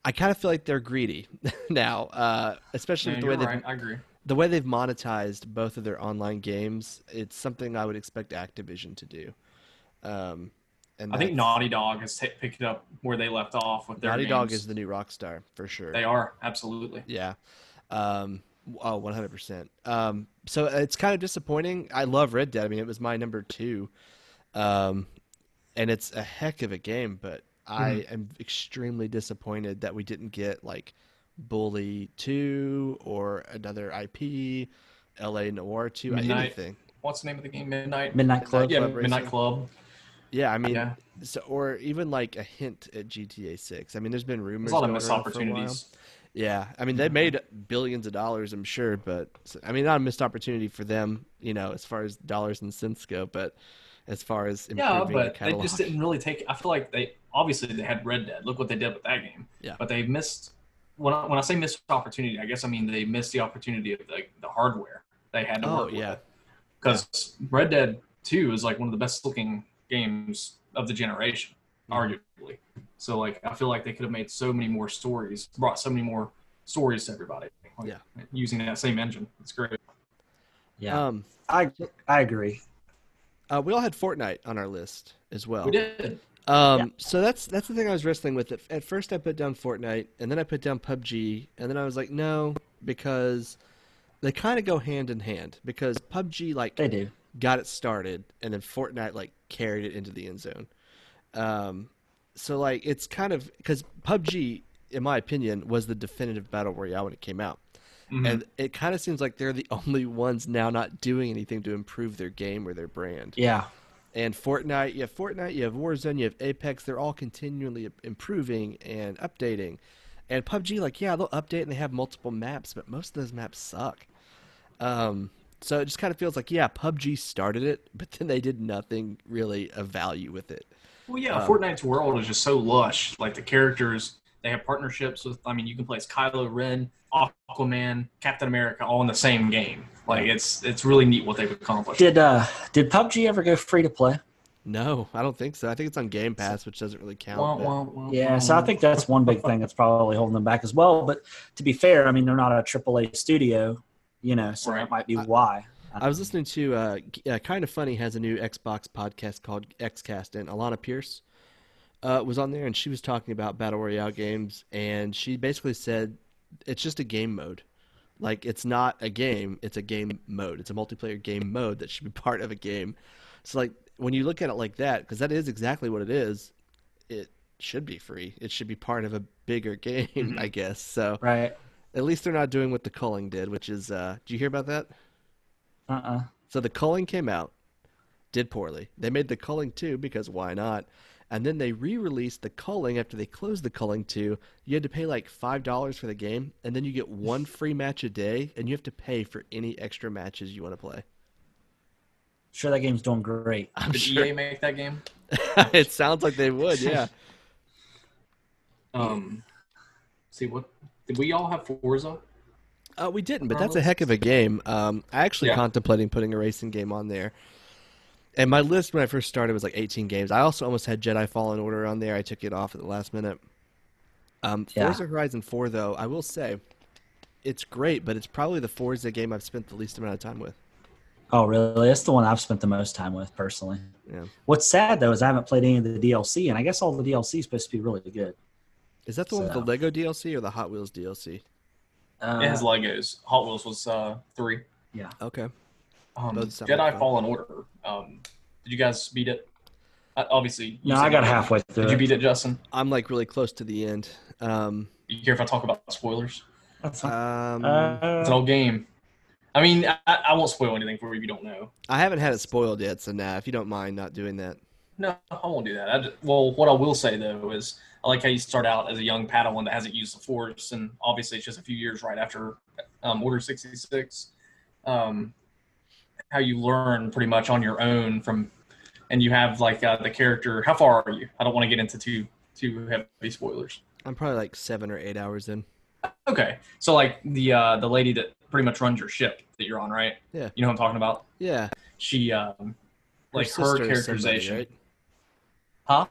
[SPEAKER 2] I kind of feel like they're greedy now, uh, especially
[SPEAKER 3] Yeah,
[SPEAKER 2] with the way
[SPEAKER 3] you're
[SPEAKER 2] they've
[SPEAKER 3] right. I agree.
[SPEAKER 2] the way they've monetized both of their online games, it's something I would expect Activision to do. Um, and
[SPEAKER 3] I think
[SPEAKER 2] that's-
[SPEAKER 3] Naughty Dog has t- picked up where they left off with their
[SPEAKER 2] Naughty Dog
[SPEAKER 3] games.
[SPEAKER 2] is the new Rockstar for sure.
[SPEAKER 3] They are absolutely.
[SPEAKER 2] Yeah. Um, oh, 100%. Um, so it's kind of disappointing. I love Red Dead. I mean, it was my number two. Um, and it's a heck of a game, but I
[SPEAKER 3] Mm-hmm.
[SPEAKER 2] am extremely disappointed that we didn't get like Bully 2 or another IP, LA Noir 2,
[SPEAKER 3] Midnight.
[SPEAKER 2] anything.
[SPEAKER 3] What's the name of the game? Midnight.
[SPEAKER 1] Midnight Club.
[SPEAKER 3] yeah,
[SPEAKER 2] Club
[SPEAKER 3] Midnight
[SPEAKER 2] Racing.
[SPEAKER 3] Club.
[SPEAKER 2] Yeah, I mean,
[SPEAKER 3] yeah,
[SPEAKER 2] so, or even like a hint at GTA Six. I mean, there's been rumors.
[SPEAKER 3] there's a lot of
[SPEAKER 2] going
[SPEAKER 3] missed
[SPEAKER 2] around for a while.
[SPEAKER 3] opportunities. Mm-hmm.
[SPEAKER 2] Yeah, I mean, they made billions of dollars, I'm sure, but I mean, not a missed opportunity for them, you know, as far as dollars and cents go, but as far as
[SPEAKER 3] Yeah,
[SPEAKER 2] improving the
[SPEAKER 3] but they
[SPEAKER 2] catalog.
[SPEAKER 3] just didn't really take. I feel like they obviously they had Red Dead. Look what they did with that game.
[SPEAKER 2] Yeah.
[SPEAKER 3] But they missed. When I, when I say missed opportunity, I guess I mean they missed the opportunity of the, the hardware they had to
[SPEAKER 2] Oh
[SPEAKER 3] work with.
[SPEAKER 2] yeah,
[SPEAKER 3] because Red Dead Two is like one of the best looking games of the generation, arguably. So like, I feel like they could have made so many more stories, brought so many more stories to everybody. Like,
[SPEAKER 2] Yeah.
[SPEAKER 3] using that same engine, it's great.
[SPEAKER 1] Yeah,
[SPEAKER 2] Um,
[SPEAKER 1] I I agree.
[SPEAKER 2] uh, we all had Fortnite on our list as well.
[SPEAKER 3] We did.
[SPEAKER 2] Um, so that's that's the thing I was wrestling with. At, at first, I put down Fortnite, and then I put down PUBG, and then I was like, no, because they kind of go hand in hand. Because PUBG, like,
[SPEAKER 1] They do.
[SPEAKER 2] got it started, and then Fortnite like carried it into the end zone. Um, so like it's kind of because PUBG, in my opinion, was the definitive battle royale when it came out,
[SPEAKER 3] Mhm.
[SPEAKER 2] and it kind of seems like they're the only ones now not doing anything to improve their game or their brand.
[SPEAKER 1] Yeah,
[SPEAKER 2] And Fortnite, you have Fortnite, you have Warzone, you have Apex. They're all continually improving and updating. And PUBG, like, yeah, they'll update and they have multiple maps, but most of those maps suck. Um, so it just kind of feels like, yeah, PUBG started it, but then they did nothing really of value with it.
[SPEAKER 3] Well, yeah, Fortnite's world is just so lush. Like the characters, they have partnerships with. I mean, you can play as Kylo Ren, Aquaman, Captain America, all in the same game. Like it's it's really neat what they've accomplished.
[SPEAKER 1] did uh did PUBG ever go free to play?
[SPEAKER 2] No, I don't think so. I think it's on Game Pass, which doesn't really count.
[SPEAKER 3] Wah,
[SPEAKER 2] but-
[SPEAKER 3] wah, wah,
[SPEAKER 1] Yeah,
[SPEAKER 3] wah.
[SPEAKER 1] so I think that's one big thing that's probably holding them back as well. But to be fair, I mean they're not a AAA studio, you know, so
[SPEAKER 3] Right.
[SPEAKER 1] that might be why.
[SPEAKER 2] I was listening to uh, uh, Kind of Funny has a new Xbox podcast called XCast, and Alana Pierce uh, was on there, and she was talking about battle royale games, and she basically said it's just a game mode. Like it's not a game; it's a game mode. It's a multiplayer game mode that should be part of a game. So, like when you look at it like that, because that is exactly what it is, it should be free. It should be part of a bigger game, I guess. So
[SPEAKER 1] Right.
[SPEAKER 2] at least they're not doing what the culling did, which is. Uh, do you hear about that?
[SPEAKER 1] Uh uh
[SPEAKER 2] So the culling came out, did poorly. They made the culling 2 because why not? And then they re released the culling after they closed the culling 2. You had to pay like $5 for the game, and then you get one free match a day, and you have to pay for any extra matches you want to play.
[SPEAKER 1] Sure that game's doing great.
[SPEAKER 2] I'm
[SPEAKER 3] Did
[SPEAKER 2] sure.
[SPEAKER 3] EA make that game?
[SPEAKER 2] it sounds like they would, yeah.
[SPEAKER 3] Um, see what did we all have Forza?
[SPEAKER 2] Uh, we didn't, but that's a heck of a game. Um, I actually
[SPEAKER 3] Yeah.
[SPEAKER 2] contemplating putting a racing game on there. And my list when I first started was like 18 games. I also almost had Jedi Fallen Order on there. I took it off at the last minute. Um,
[SPEAKER 1] Yeah.
[SPEAKER 2] Forza Horizon 4, though, I will say, it's great, but it's probably the Forza game I've spent the least amount of time with.
[SPEAKER 1] Oh really? That's the one I've spent the most time with personally.
[SPEAKER 2] Yeah.
[SPEAKER 1] What's sad though is I haven't played any of the DLC and I guess all the DLC is supposed to be really good.
[SPEAKER 2] Is that the one with the
[SPEAKER 1] So-
[SPEAKER 2] Lego DLC or the Hot Wheels DLC?
[SPEAKER 1] Uh,
[SPEAKER 3] it has Legos. Hot Wheels was uh, three.
[SPEAKER 1] yeah.
[SPEAKER 2] Okay.
[SPEAKER 3] Um,
[SPEAKER 2] Those sound
[SPEAKER 3] Jedi
[SPEAKER 2] like fun.
[SPEAKER 3] Fallen Order. Um, did you guys beat it? Uh, obviously. you
[SPEAKER 1] No, I
[SPEAKER 3] said
[SPEAKER 1] got
[SPEAKER 3] you-
[SPEAKER 1] halfway through.
[SPEAKER 3] Did you
[SPEAKER 1] it.
[SPEAKER 3] beat it, Justin?
[SPEAKER 2] I'm like really close to the end. Um,
[SPEAKER 3] Do you care if I talk about spoilers?
[SPEAKER 1] That's fine.
[SPEAKER 2] um,
[SPEAKER 1] uh,
[SPEAKER 3] It's an old game. I mean, I, I won't spoil anything for you if you don't know.
[SPEAKER 2] I haven't had it spoiled yet, so nah, if you don't mind not doing that.
[SPEAKER 3] No, I won't do that. I just, well, what I will say though is I like how you start out as a young Padawan that hasn't used the Force, and obviously it's just a few years right after um, Order sixty six. Um, how you learn pretty much on your own from, and you have like uh, the character. How far are you? I don't want to get into too too heavy spoilers.
[SPEAKER 2] I'm probably like seven or eight hours in.
[SPEAKER 3] Okay, so like the uh, the lady that pretty much runs your ship that you're on, right?
[SPEAKER 2] Yeah.
[SPEAKER 3] You know what I'm talking about?
[SPEAKER 2] Yeah.
[SPEAKER 3] She um, like her,
[SPEAKER 2] sister is somebody,
[SPEAKER 3] characterization,
[SPEAKER 2] right?
[SPEAKER 3] huh?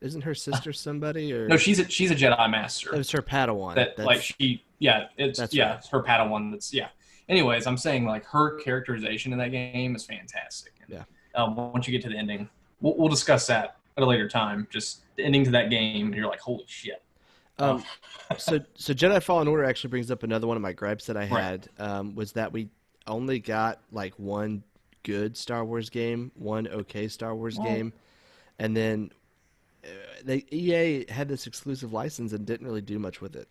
[SPEAKER 2] Isn't her sister somebody or
[SPEAKER 3] No, she's a she's a Jedi Master.
[SPEAKER 2] it was her Padawan?
[SPEAKER 3] that
[SPEAKER 2] Oh, That's-
[SPEAKER 3] like she yeah it's
[SPEAKER 2] that's
[SPEAKER 3] yeah
[SPEAKER 2] right.
[SPEAKER 3] it's her padawan that's yeah anyways i'm saying like her characterization in that game is fantastic
[SPEAKER 2] Yeah.
[SPEAKER 3] um, once you get to the ending we'll, we'll discuss that at a later time just the ending to that game you're like holy shit
[SPEAKER 2] Um, so, so Jedi Fallen Order actually brings up another one of my gripes that I
[SPEAKER 3] Right.
[SPEAKER 2] had um, was that we only got like one good Star Wars game, one okay Star Wars
[SPEAKER 3] Well-
[SPEAKER 2] game, and then uh, they EA had this exclusive license and didn't really do much with it.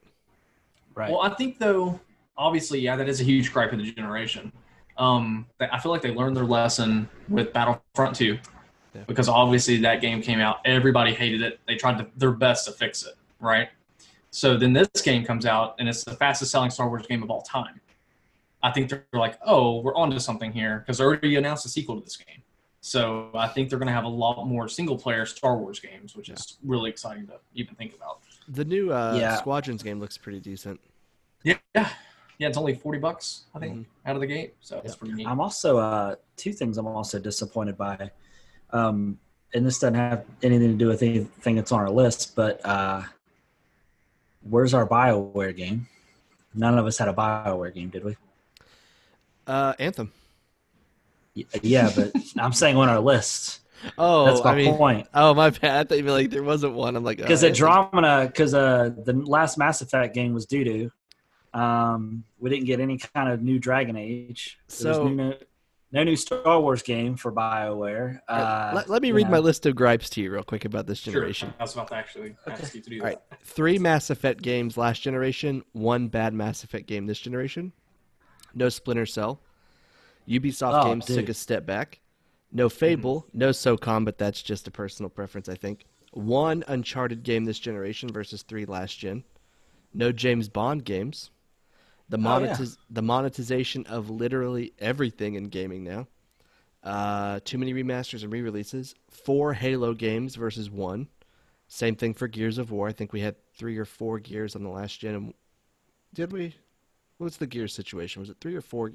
[SPEAKER 1] Right.
[SPEAKER 3] well i think though obviously yeah that is a huge gripe of the generation um that- i feel like they learned their lesson with battlefront 2
[SPEAKER 2] Yeah.
[SPEAKER 3] because obviously that game came out everybody hated it they tried to, their best to fix it right So then this game comes out, and it's the fastest selling Star Wars game of all time. I think they're like, oh, we're onto something here because they already announced a sequel to this game. So I think they're going to have a lot more single player Star Wars games, which is really exciting to even think about.
[SPEAKER 2] The new uh,
[SPEAKER 1] Yeah.
[SPEAKER 2] Squadrons game looks pretty decent.
[SPEAKER 3] Yeah. Yeah. It's only 40 bucks, I think,
[SPEAKER 1] Mm-hmm.
[SPEAKER 3] out of the gate. So it's
[SPEAKER 2] Yeah.
[SPEAKER 3] pretty neat.
[SPEAKER 1] I'm also uh, two things I'm also disappointed by, um, and this doesn't have anything to do with anything that's on our list. But uh, where's our Bioware game? None of us had a Bioware game, did we?
[SPEAKER 2] Uh, Anthem.
[SPEAKER 1] Y- Yeah, but I'm saying on our list.
[SPEAKER 2] Oh,
[SPEAKER 1] That's my
[SPEAKER 2] I mean,
[SPEAKER 1] point.
[SPEAKER 2] oh my bad. I thought you meant like there wasn't one. I'm like
[SPEAKER 1] Because
[SPEAKER 2] oh,
[SPEAKER 1] at Andromeda, because uh, the last Mass Effect game was doo doo. Um, we didn't get any kind of new Dragon Age. There
[SPEAKER 2] So-
[SPEAKER 1] was no, no new Star Wars game for Bioware. Uh,
[SPEAKER 2] let, let me
[SPEAKER 1] you
[SPEAKER 2] read
[SPEAKER 1] know.
[SPEAKER 2] my list of gripes to you real quick about this
[SPEAKER 3] Sure.
[SPEAKER 2] generation.
[SPEAKER 3] I was about to actually ask you to do
[SPEAKER 2] All right.
[SPEAKER 3] that.
[SPEAKER 2] Three Mass Effect games last generation, one bad Mass Effect game this generation. No Splinter Cell. Ubisoft
[SPEAKER 1] Oh,
[SPEAKER 2] games
[SPEAKER 1] dude. Mm-hmm.
[SPEAKER 2] took a step back. No Fable, no SOCOM, but that's just a personal preference, I think. One Uncharted game this generation versus three last gen. No James Bond games. The, monetiz- the monetization of literally everything in gaming now. Uh, too many remasters and re-releases. Four Halo games versus one. Same thing for Gears of War. I think we had three or four Gears on the last gen. and- Did we? What's the Gear situation? Was it three or four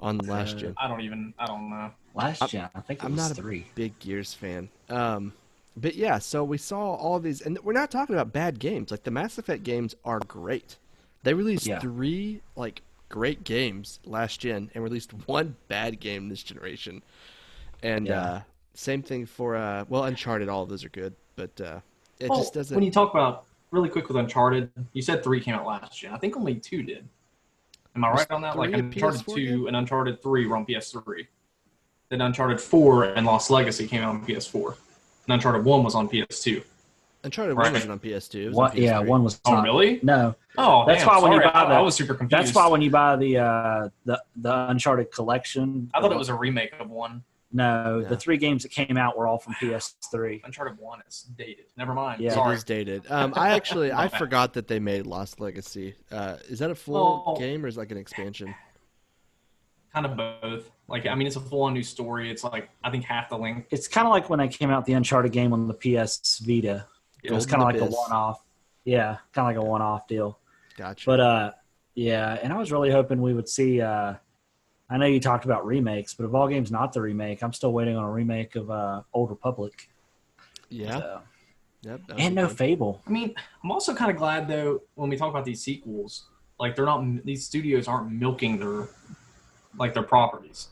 [SPEAKER 2] on the last
[SPEAKER 1] Uh,
[SPEAKER 2] gen?
[SPEAKER 3] I don't even, I don't know.
[SPEAKER 1] Last gen, I think it
[SPEAKER 2] I'm
[SPEAKER 1] was
[SPEAKER 2] not a
[SPEAKER 1] three.
[SPEAKER 2] big Gears fan. Um, but yeah, so we saw all these, and we're not talking about bad games. Like the Mass Effect games are great. They released
[SPEAKER 1] Yeah.
[SPEAKER 2] three like great games last gen, and released one bad game this generation. And
[SPEAKER 1] Yeah.
[SPEAKER 2] uh, same thing for uh, well, Uncharted. All of those are good, but uh, it
[SPEAKER 3] Well,
[SPEAKER 2] just doesn't.
[SPEAKER 3] When you talk about really quick with Uncharted, you said three came out last gen. I think only two did. Am I
[SPEAKER 2] Was
[SPEAKER 3] right on that? Like
[SPEAKER 2] three a
[SPEAKER 3] Uncharted
[SPEAKER 2] PS4
[SPEAKER 3] two
[SPEAKER 2] game?
[SPEAKER 3] and Uncharted three were on PS3. Then Uncharted four and Lost Legacy came out on PS4. And Uncharted one was on PS2.
[SPEAKER 2] Uncharted
[SPEAKER 3] Right.
[SPEAKER 2] One wasn't on PS2. It was
[SPEAKER 1] One,
[SPEAKER 2] on
[SPEAKER 1] yeah,
[SPEAKER 2] PS3.
[SPEAKER 1] one was
[SPEAKER 3] Oh
[SPEAKER 1] not-
[SPEAKER 3] really?
[SPEAKER 1] No,
[SPEAKER 3] Oh,
[SPEAKER 1] That's
[SPEAKER 3] damn,
[SPEAKER 1] why when you
[SPEAKER 3] sorry.
[SPEAKER 1] buy
[SPEAKER 3] I- I
[SPEAKER 1] the-
[SPEAKER 3] was super confused.
[SPEAKER 1] that's why when you buy the uh, the the Uncharted collection,
[SPEAKER 3] I thought it was a remake of one.
[SPEAKER 1] no.
[SPEAKER 2] Yeah.
[SPEAKER 1] The three games that came out were all from PS3.
[SPEAKER 3] Uncharted one is dated. Never mind.
[SPEAKER 1] Yeah, it
[SPEAKER 3] sorry.
[SPEAKER 2] It is dated. Um, I actually
[SPEAKER 3] My
[SPEAKER 2] I
[SPEAKER 3] bad.
[SPEAKER 2] forgot that they made Lost Legacy. Uh, is that a full
[SPEAKER 3] Oh.
[SPEAKER 2] game or is it like an expansion?
[SPEAKER 3] Kind of both. Like I mean, it's a full on new story. It's like I think half the length.
[SPEAKER 1] It's kind of like when they came out the Uncharted game on the PS Vita. It was kind of like
[SPEAKER 2] Golden
[SPEAKER 1] a
[SPEAKER 2] Abyss.
[SPEAKER 1] one-off. Yeah, kind of like a one-off deal.
[SPEAKER 2] Gotcha.
[SPEAKER 1] But uh, yeah, and I was really hoping we would see. Uh, I know you talked about remakes, but of all games, not the remake. I'm still waiting on a remake of uh, Old Republic.
[SPEAKER 2] yeah.
[SPEAKER 1] So-
[SPEAKER 2] Yep, that was
[SPEAKER 1] and no
[SPEAKER 2] good.
[SPEAKER 1] Fable.
[SPEAKER 3] I mean, I'm also kind of glad though when we talk about these sequels, like they're not these studios aren't milking their like their properties,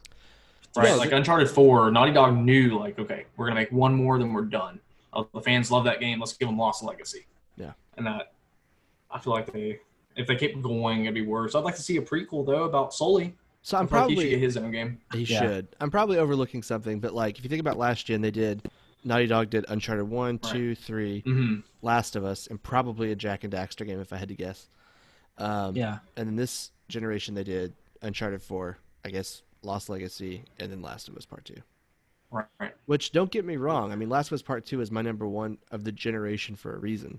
[SPEAKER 3] right?
[SPEAKER 2] Yeah,
[SPEAKER 3] like
[SPEAKER 2] they-
[SPEAKER 3] Uncharted Four, Naughty Dog knew like, okay, we're gonna make one more, then we're done. Oh, the fans love that game. Let's give them Lost Legacy.
[SPEAKER 2] Yeah.
[SPEAKER 3] and that I feel like they if they keep going, it'd be worse. I'd like to see a prequel though about Sully.
[SPEAKER 2] So I'm
[SPEAKER 3] I feel like he should
[SPEAKER 2] probably
[SPEAKER 3] get his own game.
[SPEAKER 2] He
[SPEAKER 1] Yeah.
[SPEAKER 2] should. I'm probably overlooking something, but like if you think about last gen, they did Naughty Dog did Uncharted one,
[SPEAKER 3] Right.
[SPEAKER 2] two, three,
[SPEAKER 3] hmm
[SPEAKER 2] Last of Us, and probably a Jack and Daxter game if I had to guess. Um,
[SPEAKER 1] Yeah.
[SPEAKER 2] And then this generation, they did Uncharted four, I guess Lost Legacy, and then Last of Us Part two.
[SPEAKER 3] Right. right.
[SPEAKER 2] Which don't get me wrong. I mean, Last of Us Part Two is my number one of the generation for a reason.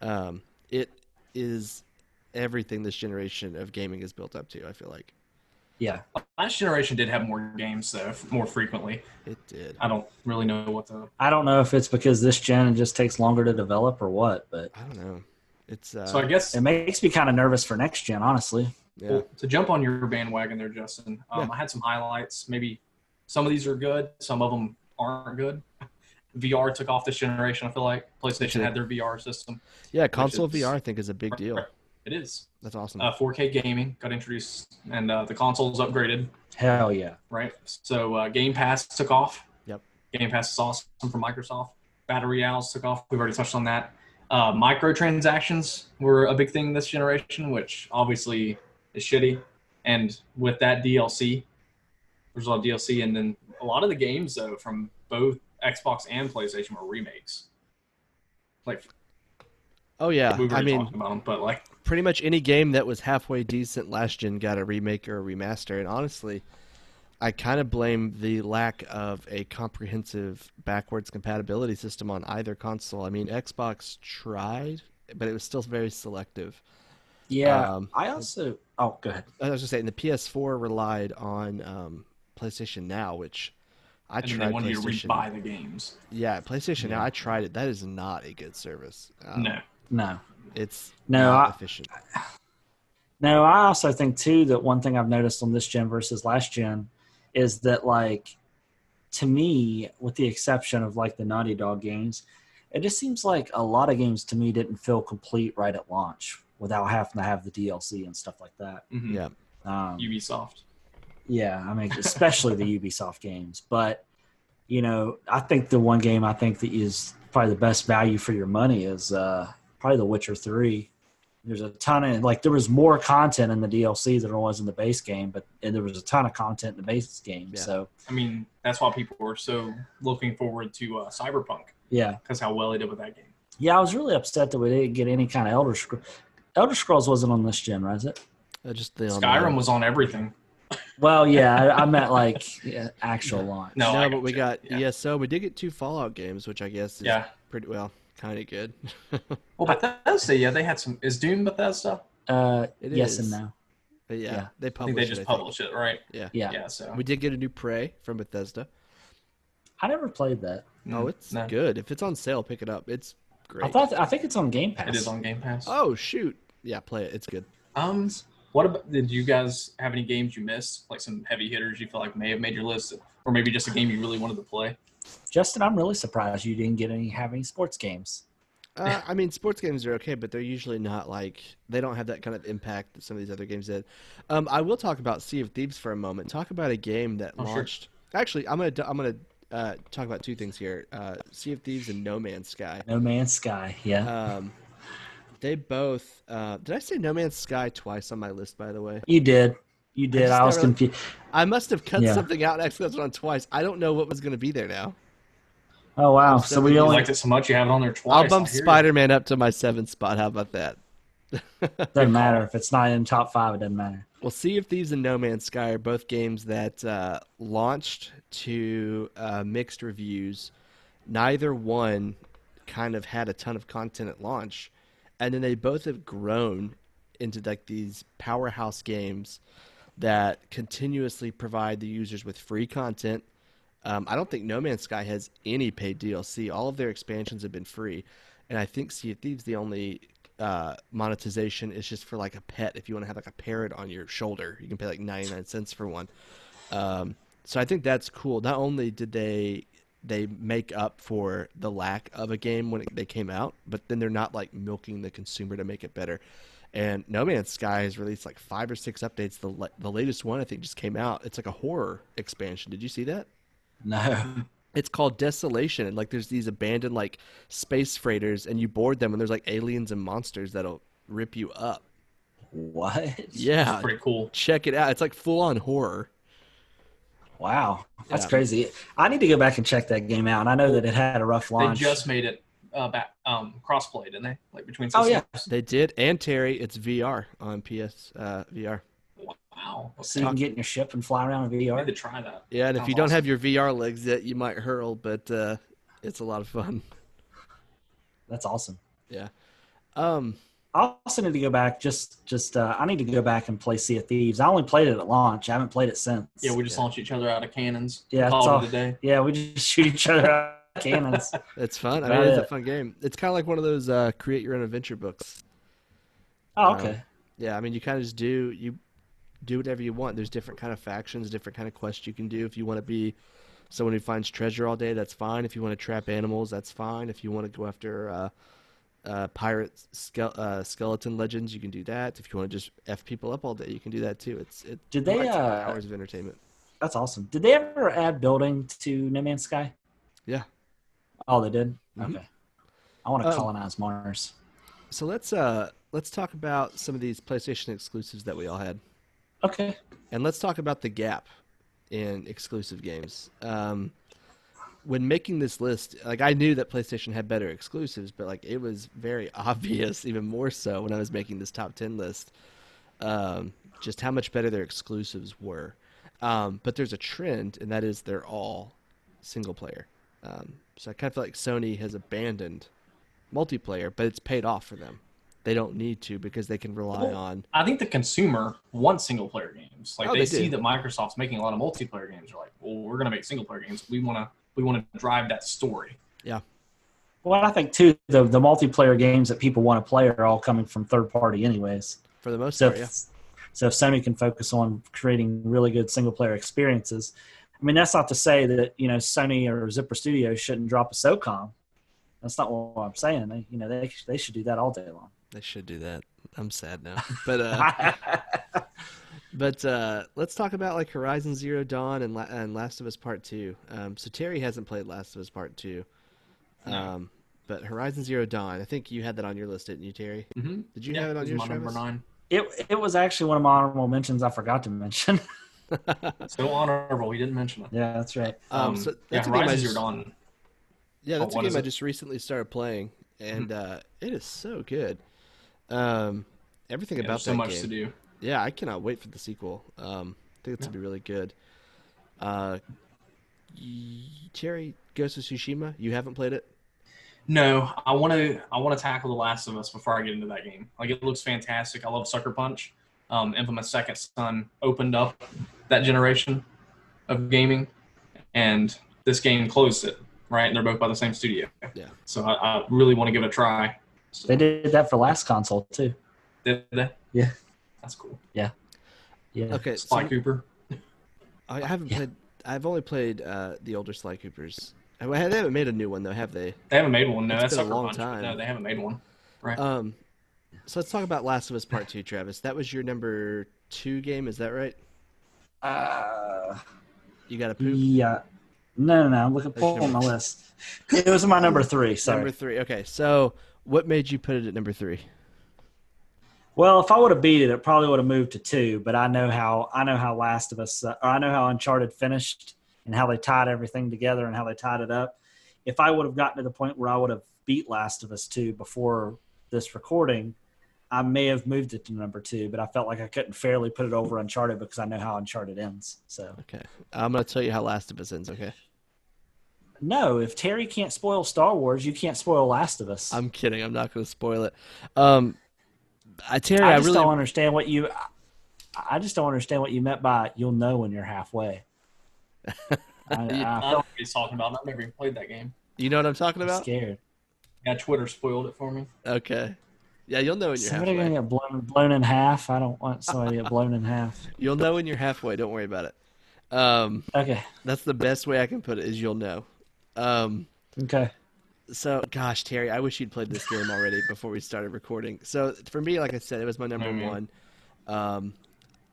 [SPEAKER 2] Um, it is everything this generation of gaming is built up to. I feel like
[SPEAKER 1] Yeah.
[SPEAKER 3] Last generation did have more games though, f- more frequently.
[SPEAKER 2] it did.
[SPEAKER 3] I don't really know what the
[SPEAKER 1] I don't know if it's because this gen just takes longer to develop or what, but
[SPEAKER 2] I don't know. It's uh,
[SPEAKER 3] so I guess
[SPEAKER 1] it makes me kind of nervous for next gen, honestly.
[SPEAKER 2] yeah.
[SPEAKER 3] Well, to jump on your bandwagon there, Justin, um,
[SPEAKER 2] Yeah.
[SPEAKER 3] I had some highlights. Maybe some of these are good, some of them aren't good. VR took off this generation. I feel like PlayStation had their VR system.
[SPEAKER 2] yeah. Console
[SPEAKER 3] is-
[SPEAKER 2] VR, I think, is a big deal. Hmm.
[SPEAKER 3] It is
[SPEAKER 2] That's awesome.
[SPEAKER 3] uh, 4K gaming got introduced, and uh, the console's upgraded,
[SPEAKER 1] Hell yeah.
[SPEAKER 3] right? So uh, Game Pass took off.
[SPEAKER 2] Yep.
[SPEAKER 3] Game Pass is awesome from Microsoft. Battle Royales took off. We've already touched on that. Uh, microtransactions were a big thing this generation, which obviously is shitty. And with that DLC, there's a lot of DLC, and then a lot of the games though from both Xbox and PlayStation were remakes. Like
[SPEAKER 2] oh yeah.
[SPEAKER 3] we've
[SPEAKER 2] I
[SPEAKER 3] already
[SPEAKER 2] mean,
[SPEAKER 3] talked about them, but like
[SPEAKER 2] pretty much any game that was halfway decent last gen got a remake or a remaster. And honestly, I kind of blame the lack of a comprehensive backwards compatibility system on either console. I mean, Xbox tried, but it was still very selective.
[SPEAKER 1] Yeah.
[SPEAKER 2] Um,
[SPEAKER 1] I also oh go ahead.
[SPEAKER 2] I was just saying the PS4 relied on um, PlayStation Now, which I
[SPEAKER 3] and then they
[SPEAKER 2] tried
[SPEAKER 3] wanted you to
[SPEAKER 2] PlayStation.
[SPEAKER 3] rebuy the games.
[SPEAKER 2] yeah, PlayStation Now.
[SPEAKER 1] Yeah.
[SPEAKER 2] I tried it. That is not a good service. Um,
[SPEAKER 3] No,
[SPEAKER 1] No.
[SPEAKER 2] it's
[SPEAKER 1] No,
[SPEAKER 2] not
[SPEAKER 1] I-
[SPEAKER 2] efficient.
[SPEAKER 1] No, I also think too that one thing I've noticed on this gen versus last gen is that like to me, with the exception of like the Naughty Dog games, it just seems like a lot of games to me didn't feel complete right at launch without having to have the DLC and stuff like that.
[SPEAKER 3] Mhm.
[SPEAKER 2] Yeah.
[SPEAKER 1] Um,
[SPEAKER 3] Ubisoft.
[SPEAKER 1] yeah, I mean, especially the Ubisoft games. But you know, I think the one game I think that is probably the best value for your money is uh, probably The Witcher Three. There's a ton of like there was more content in the DLC than there was in the base game, but and there was a ton of content in the base game.
[SPEAKER 2] Yeah.
[SPEAKER 1] So
[SPEAKER 3] I mean, that's why people were so looking forward to uh, Cyberpunk
[SPEAKER 1] yeah,
[SPEAKER 3] because how well they did with that game.
[SPEAKER 1] yeah, I was really upset that we didn't get any kind of Elder Scrolls. Elder Scrolls wasn't on this gen, was it?
[SPEAKER 2] Uh, just the
[SPEAKER 3] Skyrim was on everything.
[SPEAKER 1] Well, yeah, I, I meant like yeah, actual launch.
[SPEAKER 3] No, I
[SPEAKER 2] but we
[SPEAKER 3] gotcha.
[SPEAKER 2] got
[SPEAKER 3] Yeah.
[SPEAKER 2] ESO. We did get two Fallout games, which I guess is
[SPEAKER 3] Yeah.
[SPEAKER 2] pretty well, kind of good.
[SPEAKER 3] Well, Bethesda, yeah, they had some. Is Doom Bethesda?
[SPEAKER 1] Uh,
[SPEAKER 2] It
[SPEAKER 1] yes
[SPEAKER 2] is.
[SPEAKER 1] and no.
[SPEAKER 2] But yeah,
[SPEAKER 1] Yeah.
[SPEAKER 2] they
[SPEAKER 3] I think
[SPEAKER 2] published.
[SPEAKER 3] they
[SPEAKER 2] it,
[SPEAKER 3] just
[SPEAKER 2] I think.
[SPEAKER 3] published it, right?
[SPEAKER 1] Yeah.
[SPEAKER 3] Yeah. So
[SPEAKER 2] We did get a new Prey from Bethesda.
[SPEAKER 1] I never played that.
[SPEAKER 2] Oh, it's
[SPEAKER 3] Mm, no.
[SPEAKER 2] good. If it's on sale, pick it up. It's great.
[SPEAKER 1] I thought I think it's on Game Pass.
[SPEAKER 3] It is on Game Pass.
[SPEAKER 2] oh shoot, yeah, play it. It's good.
[SPEAKER 3] Um, what about? Did you guys have any games you missed? Like some heavy hitters you feel like may have made your list, or maybe just a game you really wanted to play?
[SPEAKER 1] Justin, I'm really surprised you didn't get any have any sports games.
[SPEAKER 2] Uh, I mean, sports games are okay, but they're usually not like they don't have that kind of impact that some of these other games did. Um, I will talk about Sea of Thieves for a moment. Talk about a game that
[SPEAKER 3] Oh, sure.
[SPEAKER 2] launched. Actually, I'm gonna I'm gonna uh, talk about two things here: uh, Sea of Thieves and No Man's Sky.
[SPEAKER 1] No Man's Sky, yeah.
[SPEAKER 2] Um, they both. Uh, did I say No Man's Sky twice on my list? By the way,
[SPEAKER 1] you did. You did.
[SPEAKER 2] just
[SPEAKER 1] I, was
[SPEAKER 2] never-
[SPEAKER 1] confused.
[SPEAKER 2] I must have cut
[SPEAKER 1] Yeah.
[SPEAKER 2] something out and accidentally on twice. I don't know what was going to be there now.
[SPEAKER 1] Oh wow.
[SPEAKER 2] so
[SPEAKER 1] So we
[SPEAKER 2] confused.
[SPEAKER 3] You
[SPEAKER 1] only
[SPEAKER 3] liked it so much you have it on there twice.
[SPEAKER 2] I'll bump
[SPEAKER 3] I hear you.
[SPEAKER 2] Spider Man up to my seventh spot. How about that?
[SPEAKER 1] doesn't matter if it's not in top five. It doesn't matter.
[SPEAKER 2] Well, Sea of Thieves and No Man's Sky are both games that uh, launched to uh, mixed reviews. Neither one kind of had a ton of content at launch, and then they both have grown into like these powerhouse games that continuously provide the users with free content. Um, I don't think No Man's Sky has any paid DLC. All of their expansions have been free, and I think Sea of Thieves the only uh, monetization is just for like a pet. If you want to have like a parrot on your shoulder, you can pay like ninety nine cents for one. Um, so I think that's cool. Not only did they they make up for the lack of a game when it, they came out, but then they're not like milking the consumer to make it better. And No Man's Sky has released like five or six updates. The la- the latest one I think just came out. It's like a horror expansion. Did you see that?
[SPEAKER 1] No.
[SPEAKER 2] it's called desolation and like there's these abandoned like space freighters and you board them and there's like aliens and monsters that'll rip you up
[SPEAKER 1] What?
[SPEAKER 2] yeah
[SPEAKER 3] It's pretty cool.
[SPEAKER 2] check it out it's like full on horror
[SPEAKER 1] Wow. That's
[SPEAKER 2] Yeah.
[SPEAKER 1] crazy. I need to go back and check that game out. I know that it had a rough
[SPEAKER 3] They
[SPEAKER 1] launch.
[SPEAKER 3] just made it uh, back, um, crossplay, didn't they? Like between.
[SPEAKER 1] Oh, yeah.
[SPEAKER 3] systems?
[SPEAKER 2] they did and terry it's vr on ps uh, vr
[SPEAKER 3] Wow.
[SPEAKER 1] So you can get in your ship and fly around in
[SPEAKER 3] I need to
[SPEAKER 1] VR.
[SPEAKER 3] try that.
[SPEAKER 2] Yeah, and if
[SPEAKER 3] Oh,
[SPEAKER 2] you don't
[SPEAKER 3] awesome.
[SPEAKER 2] have your VR legs yet, you might hurl, but uh, it's a lot of fun.
[SPEAKER 1] That's awesome.
[SPEAKER 2] Um,
[SPEAKER 1] I also need to go back. Just, just uh, I need to go back and play Sea of Thieves. I only played it at launch. I haven't played it since.
[SPEAKER 3] Yeah, we just launch each other out of cannons.
[SPEAKER 1] Yeah,
[SPEAKER 3] Call
[SPEAKER 1] it's
[SPEAKER 3] it
[SPEAKER 1] all-
[SPEAKER 3] a day.
[SPEAKER 1] yeah, we just shoot each other out of cannons.
[SPEAKER 2] it's fun. I
[SPEAKER 1] About
[SPEAKER 2] mean, it's a
[SPEAKER 1] it.
[SPEAKER 2] fun game. It's kind of like one of those uh, create your own adventure books.
[SPEAKER 1] Oh, okay.
[SPEAKER 2] Um, yeah, I mean, you kind of just do you do whatever you want. There's different kind of factions, different kind of quests you can do. If you want to be someone who finds treasure all day, that's fine. If you want to trap animals, that's fine. If you want to go after uh, uh, pirate ske- uh, skeleton legends, you can do that. If you want to just f people up all day, you can do that too. It's it
[SPEAKER 1] Did they,
[SPEAKER 2] provides
[SPEAKER 1] uh,
[SPEAKER 2] hours of entertainment?
[SPEAKER 1] That's awesome. Did they ever add building to No Man's Sky?
[SPEAKER 2] Yeah.
[SPEAKER 1] Oh, they did.
[SPEAKER 2] Mhm.
[SPEAKER 1] Okay. I want to
[SPEAKER 2] Um,
[SPEAKER 1] colonize Mars.
[SPEAKER 2] So let's uh let's talk about some of these PlayStation exclusives that we all had.
[SPEAKER 1] Okay.
[SPEAKER 2] And let's talk about the gap in exclusive games. Um, when making this list, like I knew that PlayStation had better exclusives, but like it was very obvious, even more so when I was making this top ten list, um, just how much better their exclusives were. Um, but there's a trend, and that is they're all single player. Um, so I kind of feel like Sony has abandoned multiplayer, but it's paid off for them. They don't need to because they can rely
[SPEAKER 3] Well,
[SPEAKER 2] on
[SPEAKER 3] I think the consumer wants single player games. Like
[SPEAKER 2] Oh,
[SPEAKER 3] they,
[SPEAKER 2] they
[SPEAKER 3] see
[SPEAKER 2] do.
[SPEAKER 3] that Microsoft's making a lot of multiplayer games. They're like, well, we're gonna make single player games. We wanna we wanna drive that story.
[SPEAKER 1] Well, I think too the the multiplayer games that people want to play are all coming from third party, anyways.
[SPEAKER 2] for the most
[SPEAKER 1] So,
[SPEAKER 2] part. Yeah.
[SPEAKER 1] if, so if Sony can focus on creating really good single player experiences, I mean that's not to say that you know Sony or Zipper Studio shouldn't drop a SOCOM. That's not what I'm saying. They, you know they they should do that all day long.
[SPEAKER 2] They should do that. I'm sad now. But uh, but uh, let's talk about like Horizon Zero Dawn and La- and Last of Us Part Two. Um, so Terry hasn't played Last of Us Part Two, um,
[SPEAKER 3] No.
[SPEAKER 2] but Horizon Zero Dawn. I think you had that on your list, didn't you, Terry?
[SPEAKER 3] Mm-hmm.
[SPEAKER 2] Did you have it on
[SPEAKER 3] my
[SPEAKER 2] yours,
[SPEAKER 3] number
[SPEAKER 2] Travis?
[SPEAKER 3] nine.
[SPEAKER 1] it it was actually one of my honorable mentions. I forgot to mention.
[SPEAKER 3] So honorable, he didn't mention it.
[SPEAKER 1] yeah, that's right.
[SPEAKER 2] Um, so
[SPEAKER 3] yeah,
[SPEAKER 2] that's a game I
[SPEAKER 3] Horizon Zero
[SPEAKER 2] just-
[SPEAKER 3] Dawn.
[SPEAKER 2] Yeah,
[SPEAKER 3] Oh,
[SPEAKER 2] that's a
[SPEAKER 3] what
[SPEAKER 2] game
[SPEAKER 3] is
[SPEAKER 2] I
[SPEAKER 3] it? Mm-hmm.
[SPEAKER 2] just recently started playing, and uh, it is so good. Um, everything
[SPEAKER 3] Yeah,
[SPEAKER 2] about
[SPEAKER 3] there's so
[SPEAKER 2] that
[SPEAKER 3] much
[SPEAKER 2] game.
[SPEAKER 3] to do.
[SPEAKER 2] Yeah, I cannot wait for the sequel. Um, I think it's gonna be really good. Uh, y- Terry, Ghost of Tsushima. You haven't played it.
[SPEAKER 3] No, I want to. I want to tackle The Last of Us before I get into that game. Like it looks fantastic. I love Sucker Punch. Um, Infamous Second Son opened up that generation of gaming, and this game closed it. Right, and they're both by the same studio.
[SPEAKER 2] Yeah.
[SPEAKER 3] So I, I really want to give it a try. So,
[SPEAKER 1] They did that for last console too.
[SPEAKER 3] did they?
[SPEAKER 1] Yeah.
[SPEAKER 3] That's cool.
[SPEAKER 1] Yeah.
[SPEAKER 2] Okay, so
[SPEAKER 3] Sly Cooper.
[SPEAKER 2] I haven't
[SPEAKER 1] Yeah.
[SPEAKER 2] played. I've only played uh, the older Sly Coopers. I- They haven't made a new one though, have they?
[SPEAKER 3] They haven't made one. No,
[SPEAKER 2] It's
[SPEAKER 3] that's
[SPEAKER 2] been a
[SPEAKER 3] Sucker
[SPEAKER 2] long
[SPEAKER 3] Punch. but
[SPEAKER 2] time.
[SPEAKER 3] No, they haven't made one. Right.
[SPEAKER 2] Um, so let's talk about Last of Us Part Two, Travis. That was your number two game, is that right?
[SPEAKER 1] Uh,
[SPEAKER 2] You got a poop.
[SPEAKER 1] yeah. No, no, no. I'm looking
[SPEAKER 2] That's
[SPEAKER 1] pulling up
[SPEAKER 2] number
[SPEAKER 1] my
[SPEAKER 2] two.
[SPEAKER 1] list. It was my number three. Sorry.
[SPEAKER 2] Number three. Okay, so what made you put it at number three?
[SPEAKER 1] Well, if I would have beat it, it probably would have moved to two. But I know how I know how Last of Us, uh, or I know how Uncharted finished and how they tied everything together and how they tied it up. If I would have gotten to the point where I would have beat Last of Us two before this recording, I may have moved it to number two. But I felt like I couldn't fairly put it over Uncharted because I know how Uncharted ends. So
[SPEAKER 2] Okay, I'm gonna tell you how Last of Us ends. Okay,
[SPEAKER 1] no, if Terry can't spoil Star Wars, you can't spoil Last of Us.
[SPEAKER 2] I'm kidding. I'm not gonna spoil it. Um, I Terry,
[SPEAKER 1] I
[SPEAKER 2] I,
[SPEAKER 1] just
[SPEAKER 2] really
[SPEAKER 1] don't understand what you. I- I just don't understand what you meant by "you'll know when you're halfway." I,
[SPEAKER 2] Yeah.
[SPEAKER 1] I
[SPEAKER 3] I don't know what he's talking about. I've never even played that game.
[SPEAKER 2] you know what I'm talking
[SPEAKER 1] I'm
[SPEAKER 2] about.
[SPEAKER 1] scared.
[SPEAKER 3] Yeah, Twitter spoiled it for me.
[SPEAKER 2] Okay, yeah, you'll know when you're
[SPEAKER 1] Somebody
[SPEAKER 2] halfway.
[SPEAKER 1] gonna get blown blown in half. I don't want somebody to get blown in half.
[SPEAKER 2] You'll know when you're halfway. Don't worry about it. Um,
[SPEAKER 1] Okay.
[SPEAKER 2] That's the best way I can put it is you'll know. Um,
[SPEAKER 1] Okay.
[SPEAKER 2] so gosh, Terry, I wish you'd played this game already before we started recording. So for me, like I said, it was my number
[SPEAKER 3] Mhm.
[SPEAKER 1] Mm-hmm.
[SPEAKER 2] one. Um,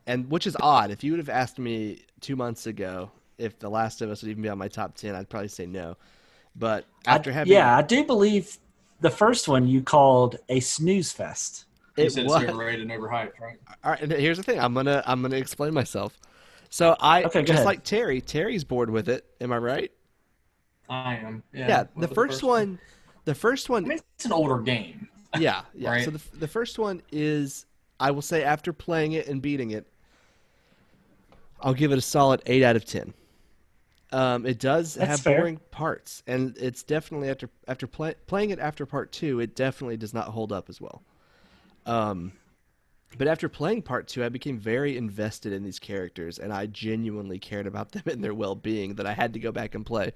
[SPEAKER 2] and which is odd. If you would have asked me two months ago if The Last of Us would even be on my top ten, I'd probably say no. But after
[SPEAKER 1] I-
[SPEAKER 2] having
[SPEAKER 1] yeah, I do believe the first one you called a snooze fest.
[SPEAKER 3] He
[SPEAKER 2] it
[SPEAKER 3] said
[SPEAKER 2] was
[SPEAKER 3] it's overrated and overhyped, right?
[SPEAKER 2] All right, and here's the thing. I'm gonna I'm gonna explain myself. So I
[SPEAKER 1] Okay, go
[SPEAKER 2] just
[SPEAKER 1] ahead.
[SPEAKER 2] like Terry. Terry's bored with it. Am I right?
[SPEAKER 3] I am. Yeah.
[SPEAKER 2] Yeah.
[SPEAKER 3] What
[SPEAKER 2] the,
[SPEAKER 3] was
[SPEAKER 2] first one, the first one
[SPEAKER 3] I mean, it's an older game.
[SPEAKER 2] yeah, yeah.
[SPEAKER 3] Right?
[SPEAKER 2] So the the first one is, I will say, after playing it and beating it, I'll give it a solid eight out of ten. Um, it does
[SPEAKER 1] That's
[SPEAKER 2] have
[SPEAKER 1] fair.
[SPEAKER 2] boring parts, and it's definitely after after play, playing it after part two, it definitely does not hold up as well. Um, but after playing part two, I became very invested in these characters, and I genuinely cared about them and their well being that I had to go back and play.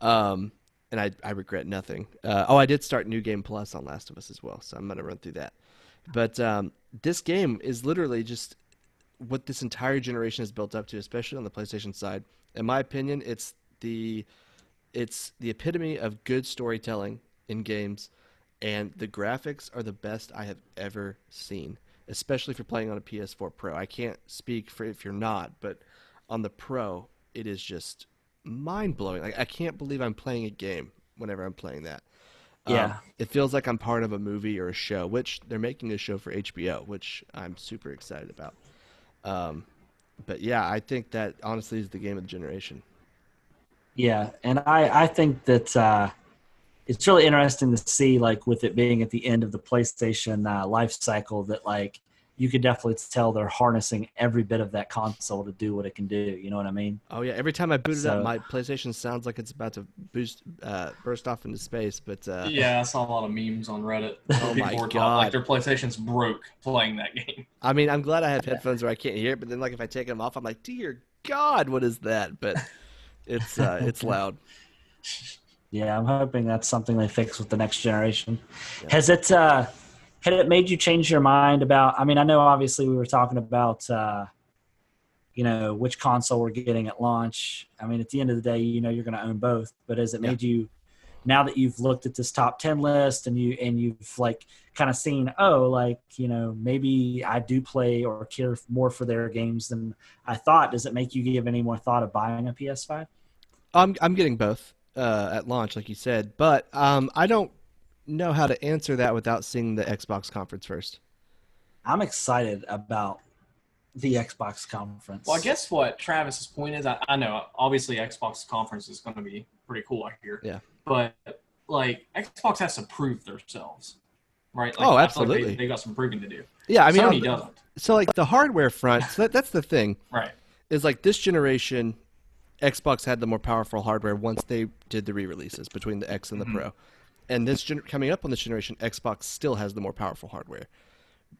[SPEAKER 2] Um, and I, I regret nothing. Uh, oh, I did start New Game Plus on Last of Us as well, so I'm going to run through that. But um, this game is literally just what this entire generation has built up to, especially on the PlayStation side. In my opinion, it's the it's the epitome of good storytelling in games, and the graphics are the best I have ever seen, especially if you're playing on a PS4 Pro. I can't speak for if you're not, but on the Pro, it is just mind blowing. Like I can't believe I'm playing a game whenever I'm playing that. Um,
[SPEAKER 1] Yeah.
[SPEAKER 2] it feels like I'm part of a movie or a show, which they're making a show for HBO, which I'm super excited about. Um, but yeah, I think that honestly is the game of the generation.
[SPEAKER 1] Yeah, and I I think that uh, it's really interesting to see like with it being at the end of the PlayStation uh, life cycle that like you could definitely tell they're harnessing every bit of that console to do what it can do. You know what I mean?
[SPEAKER 2] Oh yeah, every time I boot it
[SPEAKER 1] So-
[SPEAKER 2] up, my PlayStation sounds like it's about to boost, uh, burst off into space. But uh,
[SPEAKER 3] yeah, I saw a lot of memes on Reddit.
[SPEAKER 2] Oh my
[SPEAKER 3] People were talking
[SPEAKER 2] God.
[SPEAKER 3] like their PlayStation's broke playing that game.
[SPEAKER 2] I mean, I'm glad I have headphones where I can't hear it. But then, like, if I take them off, I'm like, dear God, what is that? But it's uh, it's loud.
[SPEAKER 1] Yeah, I'm hoping that's something they fix with the next generation.
[SPEAKER 2] Yeah.
[SPEAKER 1] Has it uh, had it made you change your mind about? I mean, I know obviously we were talking about uh, you know which console we're getting at launch. I mean, at the end of the day, you know you're going to own both. But has it
[SPEAKER 2] Yeah.
[SPEAKER 1] made you now that you've looked at this top ten list and you and you've like kind of seen oh like you know maybe I do play or care more for their games than I thought. Does it make you give any more thought of buying a PS5?
[SPEAKER 2] I'm I'm getting both uh, at launch, like you said, but um, I don't know how to answer that without seeing the Xbox conference first.
[SPEAKER 1] I'm excited about the Xbox conference.
[SPEAKER 3] Well, I guess what Travis's point is, I, I know obviously Xbox conference is going to be pretty cool, I hear.
[SPEAKER 2] Yeah.
[SPEAKER 3] But like Xbox has to prove themselves, right? Like,
[SPEAKER 2] Oh,
[SPEAKER 3] I feel like
[SPEAKER 2] absolutely.
[SPEAKER 3] they, they got some proving to do.
[SPEAKER 2] Yeah, I mean,
[SPEAKER 3] Sony
[SPEAKER 2] on the-
[SPEAKER 3] doesn't,
[SPEAKER 2] so like the hardware front, so that, that's the thing.
[SPEAKER 3] right?
[SPEAKER 2] is like this generation Xbox had the more powerful hardware once they did the re-releases between the X and the
[SPEAKER 3] Mhm.
[SPEAKER 2] Pro. And this gen- coming up on this generation Xbox still has the more powerful hardware.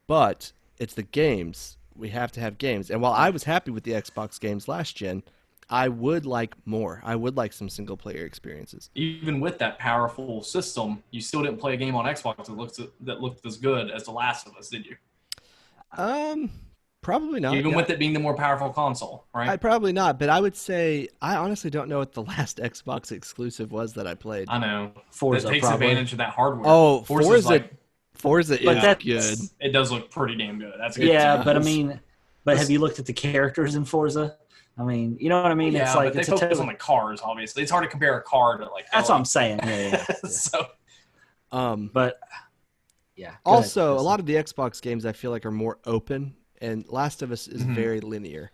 [SPEAKER 2] But it's the games. We have to have games. And while I was happy with the Xbox games last gen, I would like more. I would like some single player experiences.
[SPEAKER 3] Even with that powerful system, you still didn't play a game on Xbox that looked that looked as good as The Last of Us, did you?
[SPEAKER 2] Um probably not.
[SPEAKER 3] Even
[SPEAKER 2] no.
[SPEAKER 3] with it being the more powerful console, right?
[SPEAKER 2] I probably not, but I would say I honestly don't know what the last Xbox exclusive was that I played.
[SPEAKER 3] I know. That
[SPEAKER 1] Forza
[SPEAKER 3] takes
[SPEAKER 1] probably.
[SPEAKER 3] advantage of that hardware.
[SPEAKER 2] Oh,
[SPEAKER 3] Forza's
[SPEAKER 2] Forza,
[SPEAKER 3] like-
[SPEAKER 2] Forza
[SPEAKER 1] But
[SPEAKER 2] is
[SPEAKER 1] that's-
[SPEAKER 2] good.
[SPEAKER 3] it does look pretty damn good. That's a good.
[SPEAKER 1] Yeah,
[SPEAKER 2] times.
[SPEAKER 1] but I mean, but have you looked at the characters in Forza? I mean, you know what I mean?
[SPEAKER 3] yeah,
[SPEAKER 1] it's like
[SPEAKER 3] but
[SPEAKER 1] it's
[SPEAKER 3] they
[SPEAKER 1] a
[SPEAKER 3] focus
[SPEAKER 1] total-
[SPEAKER 3] on oh. the cars. Obviously, it's hard to compare a car to like.
[SPEAKER 1] that's what I'm saying. Yeah, yeah. yeah.
[SPEAKER 3] so
[SPEAKER 2] Um,
[SPEAKER 1] But yeah. go ahead,
[SPEAKER 2] also, a
[SPEAKER 1] Justin.
[SPEAKER 2] lot of the Xbox games I feel like are more open, and Last of Us is
[SPEAKER 1] Mm-hmm.
[SPEAKER 3] Mhm.
[SPEAKER 2] very linear.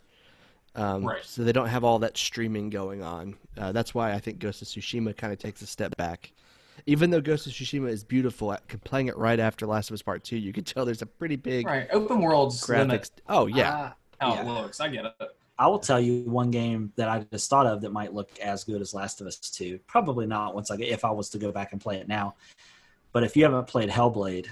[SPEAKER 2] Um,
[SPEAKER 3] Right.
[SPEAKER 2] So they don't have all that streaming going on. Uh, that's why I think Ghost of Tsushima kind of takes a step back. Even though Ghost of Tsushima is beautiful, I- playing it right after Last of Us Part Two, you can tell there's a pretty big
[SPEAKER 3] right, open worlds limit
[SPEAKER 2] graphics. Oh yeah,
[SPEAKER 1] Ah,
[SPEAKER 3] how
[SPEAKER 1] yeah.
[SPEAKER 3] it looks. I get it.
[SPEAKER 1] I will tell you one game that I just thought of that might look as good as Last of Us Two. Probably not once I get if I was to go back and play it now. But if you haven't played Hellblade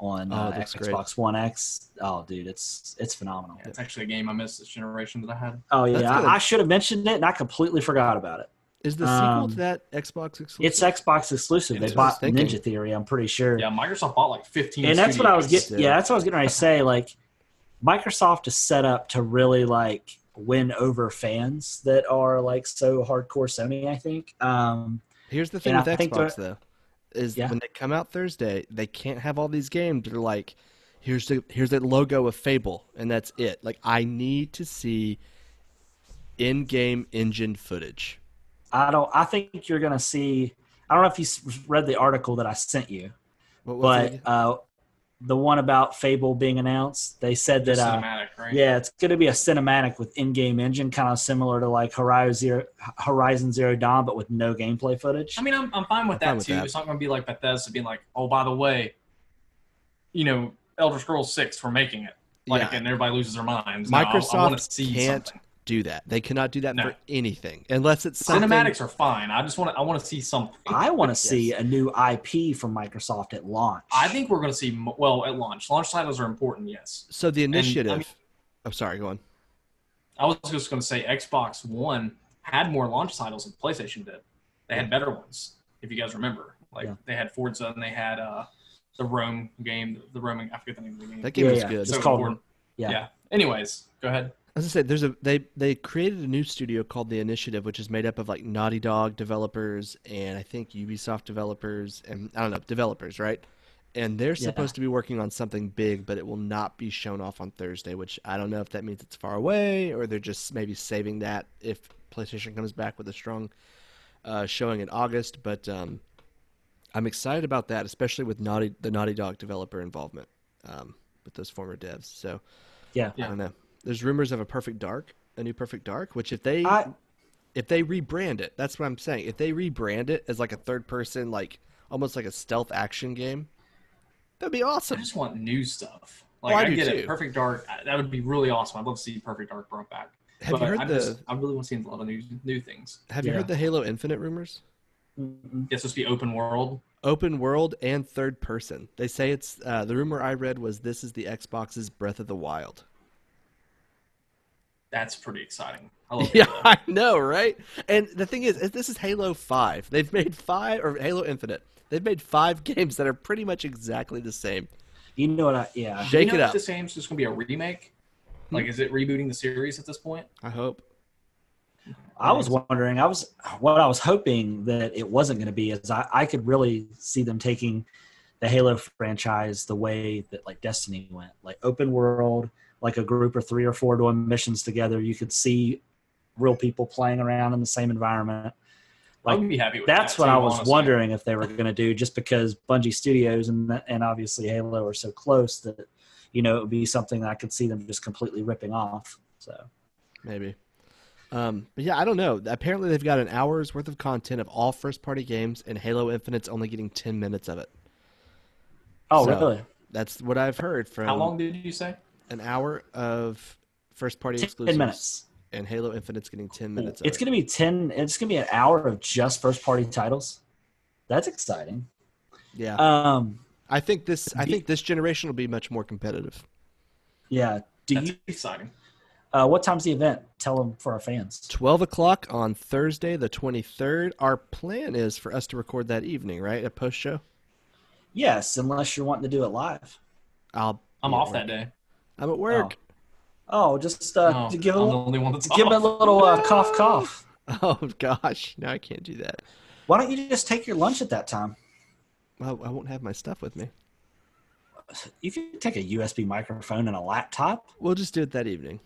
[SPEAKER 1] on
[SPEAKER 2] Oh,
[SPEAKER 1] uh,
[SPEAKER 2] it looks great.
[SPEAKER 1] Xbox One X, oh dude, it's it's phenomenal.
[SPEAKER 3] It's actually a game I missed this generation that I had.
[SPEAKER 1] Oh
[SPEAKER 2] That's
[SPEAKER 1] yeah,
[SPEAKER 2] good.
[SPEAKER 1] I, I should have mentioned it, and I completely forgot about it.
[SPEAKER 2] is the sequel
[SPEAKER 1] um,
[SPEAKER 2] to that Xbox exclusive?
[SPEAKER 1] It's Xbox exclusive. They
[SPEAKER 3] That's
[SPEAKER 2] what I was
[SPEAKER 1] bought
[SPEAKER 2] thinking.
[SPEAKER 1] Ninja Theory, I'm pretty sure.
[SPEAKER 3] Yeah, Microsoft bought like 15.
[SPEAKER 1] and that's what I was
[SPEAKER 3] studios.
[SPEAKER 1] getting. Yeah, that's what I was getting ready to say. Like, Microsoft is set up to really like win over fans that are like so hardcore Sony. I think. Um,
[SPEAKER 2] Here's the thing
[SPEAKER 1] And
[SPEAKER 2] with
[SPEAKER 1] I think
[SPEAKER 2] Xbox though, is
[SPEAKER 1] Yeah.
[SPEAKER 2] when they come out Thursday, they can't have all these games that are like, here's the here's the logo of Fable, and that's it. Like I need to see in-game engine footage.
[SPEAKER 1] I don't. I think you're gonna see. I don't know if you s- read the article that I sent you,
[SPEAKER 2] What was it
[SPEAKER 1] but
[SPEAKER 2] again?
[SPEAKER 1] uh, the one about Fable being announced. They said that.
[SPEAKER 3] Just
[SPEAKER 1] Uh,
[SPEAKER 3] cinematic, right?
[SPEAKER 1] Yeah, it's going to be a cinematic with in-game engine, kind of similar to like Horizon Zero, Horizon Zero Dawn, but with no gameplay footage.
[SPEAKER 3] I mean, I'm, I'm fine with that
[SPEAKER 2] fine with
[SPEAKER 3] too.
[SPEAKER 2] that.
[SPEAKER 3] It's not going to be like Bethesda being like, oh, by the way, you know, Elder Scrolls Six, we're making it. Like,
[SPEAKER 2] Yeah.
[SPEAKER 1] uh,
[SPEAKER 3] and everybody loses their minds. No, I- I, want
[SPEAKER 2] Microsoft
[SPEAKER 3] to see
[SPEAKER 2] can't
[SPEAKER 3] something.
[SPEAKER 2] do that. They cannot do that
[SPEAKER 3] No.
[SPEAKER 2] for anything unless it's something.
[SPEAKER 3] Cinematics are fine. I just want to. I want to see something.
[SPEAKER 1] I want to
[SPEAKER 2] Yes.
[SPEAKER 1] see a new IP from Microsoft at launch.
[SPEAKER 3] I think we're going to see. mo- Well, at launch, launch titles are important. Yes,
[SPEAKER 2] So the
[SPEAKER 3] I
[SPEAKER 2] initiative. I
[SPEAKER 3] mean-
[SPEAKER 2] am sorry. Go on.
[SPEAKER 3] I was just going to say Xbox One had more launch titles than PlayStation did. They had better ones, if you guys remember. Like
[SPEAKER 1] Yeah.
[SPEAKER 3] they had Forza and they had uh, the Rome game. The roaming. I forget the name of the game.
[SPEAKER 2] That game
[SPEAKER 1] Yeah,
[SPEAKER 2] was
[SPEAKER 1] yeah.
[SPEAKER 2] good.
[SPEAKER 1] It's
[SPEAKER 3] So
[SPEAKER 1] called-
[SPEAKER 3] important.
[SPEAKER 1] yeah.
[SPEAKER 3] yeah. Anyways, go ahead.
[SPEAKER 2] I was gonna say there's a they they created a new studio called the Initiative, which is made up of like Naughty Dog developers and I think Ubisoft developers and I don't know developers, right? And they're
[SPEAKER 1] Yeah.
[SPEAKER 2] supposed to be working on something big, but it will not be shown off on Thursday, which I don't know if that means it's far away or they're just maybe saving that if PlayStation comes back with a strong uh, showing in August. But um, I'm excited about that, especially with Naughty the Naughty Dog developer involvement um, with those former devs. So
[SPEAKER 1] Yeah.
[SPEAKER 2] I don't know. There's rumors of a Perfect Dark, a new Perfect Dark, which if they
[SPEAKER 1] I-
[SPEAKER 2] if they rebrand it, that's what I'm saying. If they rebrand it as like a third person, like almost like a stealth action game, that'd be
[SPEAKER 3] I
[SPEAKER 2] awesome.
[SPEAKER 3] just want new stuff. Like
[SPEAKER 2] Oh, I
[SPEAKER 3] I,
[SPEAKER 2] do
[SPEAKER 3] get
[SPEAKER 2] too.
[SPEAKER 3] it. Perfect Dark. I- That would be really awesome. I'd love to see Perfect Dark brought back.
[SPEAKER 2] Have
[SPEAKER 3] but
[SPEAKER 2] you heard
[SPEAKER 3] I
[SPEAKER 2] the
[SPEAKER 3] Just, I really want to see a lot of new new things.
[SPEAKER 2] Have you
[SPEAKER 1] Yeah.
[SPEAKER 2] heard the Halo Infinite rumors?
[SPEAKER 1] Mm-mm.
[SPEAKER 3] It's supposed to be open world.
[SPEAKER 2] Open world and third person. They say it's uh, the rumor I read was this is the Xbox's Breath of the Wild.
[SPEAKER 3] That's pretty exciting. I love
[SPEAKER 2] Yeah,
[SPEAKER 3] Halo.
[SPEAKER 2] I know, right? And the thing is, is this is Halo 5. They've made five, or Halo Infinite. They've made five games that are pretty much exactly the same.
[SPEAKER 1] You know what? I, yeah.
[SPEAKER 2] Shake
[SPEAKER 3] Uh, you
[SPEAKER 2] it
[SPEAKER 3] know if
[SPEAKER 2] up.
[SPEAKER 3] This game's just gonna be a remake.
[SPEAKER 1] Hmm.
[SPEAKER 3] Like, is it rebooting the series at this point?
[SPEAKER 2] I hope.
[SPEAKER 1] I was wondering. I was what I was hoping that it wasn't going to be is I, I could really see them taking the Halo franchise the way that like Destiny went, like open world, like a group of three or four doing missions together. You could see real people playing around in the same environment.
[SPEAKER 3] I
[SPEAKER 1] Like,
[SPEAKER 3] would be happy with
[SPEAKER 1] That's
[SPEAKER 3] that,
[SPEAKER 1] what
[SPEAKER 3] too,
[SPEAKER 1] I was
[SPEAKER 3] honestly.
[SPEAKER 1] wondering if they were going to do, just because Bungie Studios and and obviously Halo are so close that you know it would be something that I could see them just completely ripping off. So
[SPEAKER 2] Maybe. Um, but yeah, I don't know. Apparently, they've got an hour's worth of content of all first party games, and Halo Infinite's only getting 10 minutes of it.
[SPEAKER 1] oh
[SPEAKER 2] So-
[SPEAKER 1] really?
[SPEAKER 2] That's what I've heard from
[SPEAKER 3] How long did you say?
[SPEAKER 2] an hour of first party exclusives.
[SPEAKER 1] Ten minutes.
[SPEAKER 2] And Halo Infinite's getting 10 minutes of
[SPEAKER 1] It's
[SPEAKER 2] it.
[SPEAKER 1] going to be 10 it's going to be an hour of just first party titles. That's exciting.
[SPEAKER 2] yeah.
[SPEAKER 1] Um
[SPEAKER 2] I think this I
[SPEAKER 1] do-
[SPEAKER 2] think this generation will be much more competitive.
[SPEAKER 1] yeah, do
[SPEAKER 3] That's
[SPEAKER 1] you
[SPEAKER 3] exciting.
[SPEAKER 1] uh what time's the event? Tell them for our fans.
[SPEAKER 2] 12 o'clock on Thursday, the 23rd. Our plan is for us to record that evening, right? A post show?
[SPEAKER 1] Yes, unless you're wanting to do it live.
[SPEAKER 2] I'll.
[SPEAKER 3] I'm
[SPEAKER 2] be at
[SPEAKER 3] off
[SPEAKER 2] work.
[SPEAKER 3] that day.
[SPEAKER 2] I'm at work.
[SPEAKER 1] Oh, just uh
[SPEAKER 3] No,
[SPEAKER 1] to give a
[SPEAKER 3] I'm the
[SPEAKER 1] little,
[SPEAKER 3] only one that's
[SPEAKER 1] give
[SPEAKER 3] off.
[SPEAKER 1] a little uh, cough cough.
[SPEAKER 2] oh gosh. No, I can't do that.
[SPEAKER 1] Why don't you just take your lunch at that time?
[SPEAKER 2] Well, I won't have my stuff with me.
[SPEAKER 1] You can take a USB microphone and a laptop.
[SPEAKER 2] We'll just do it that evening.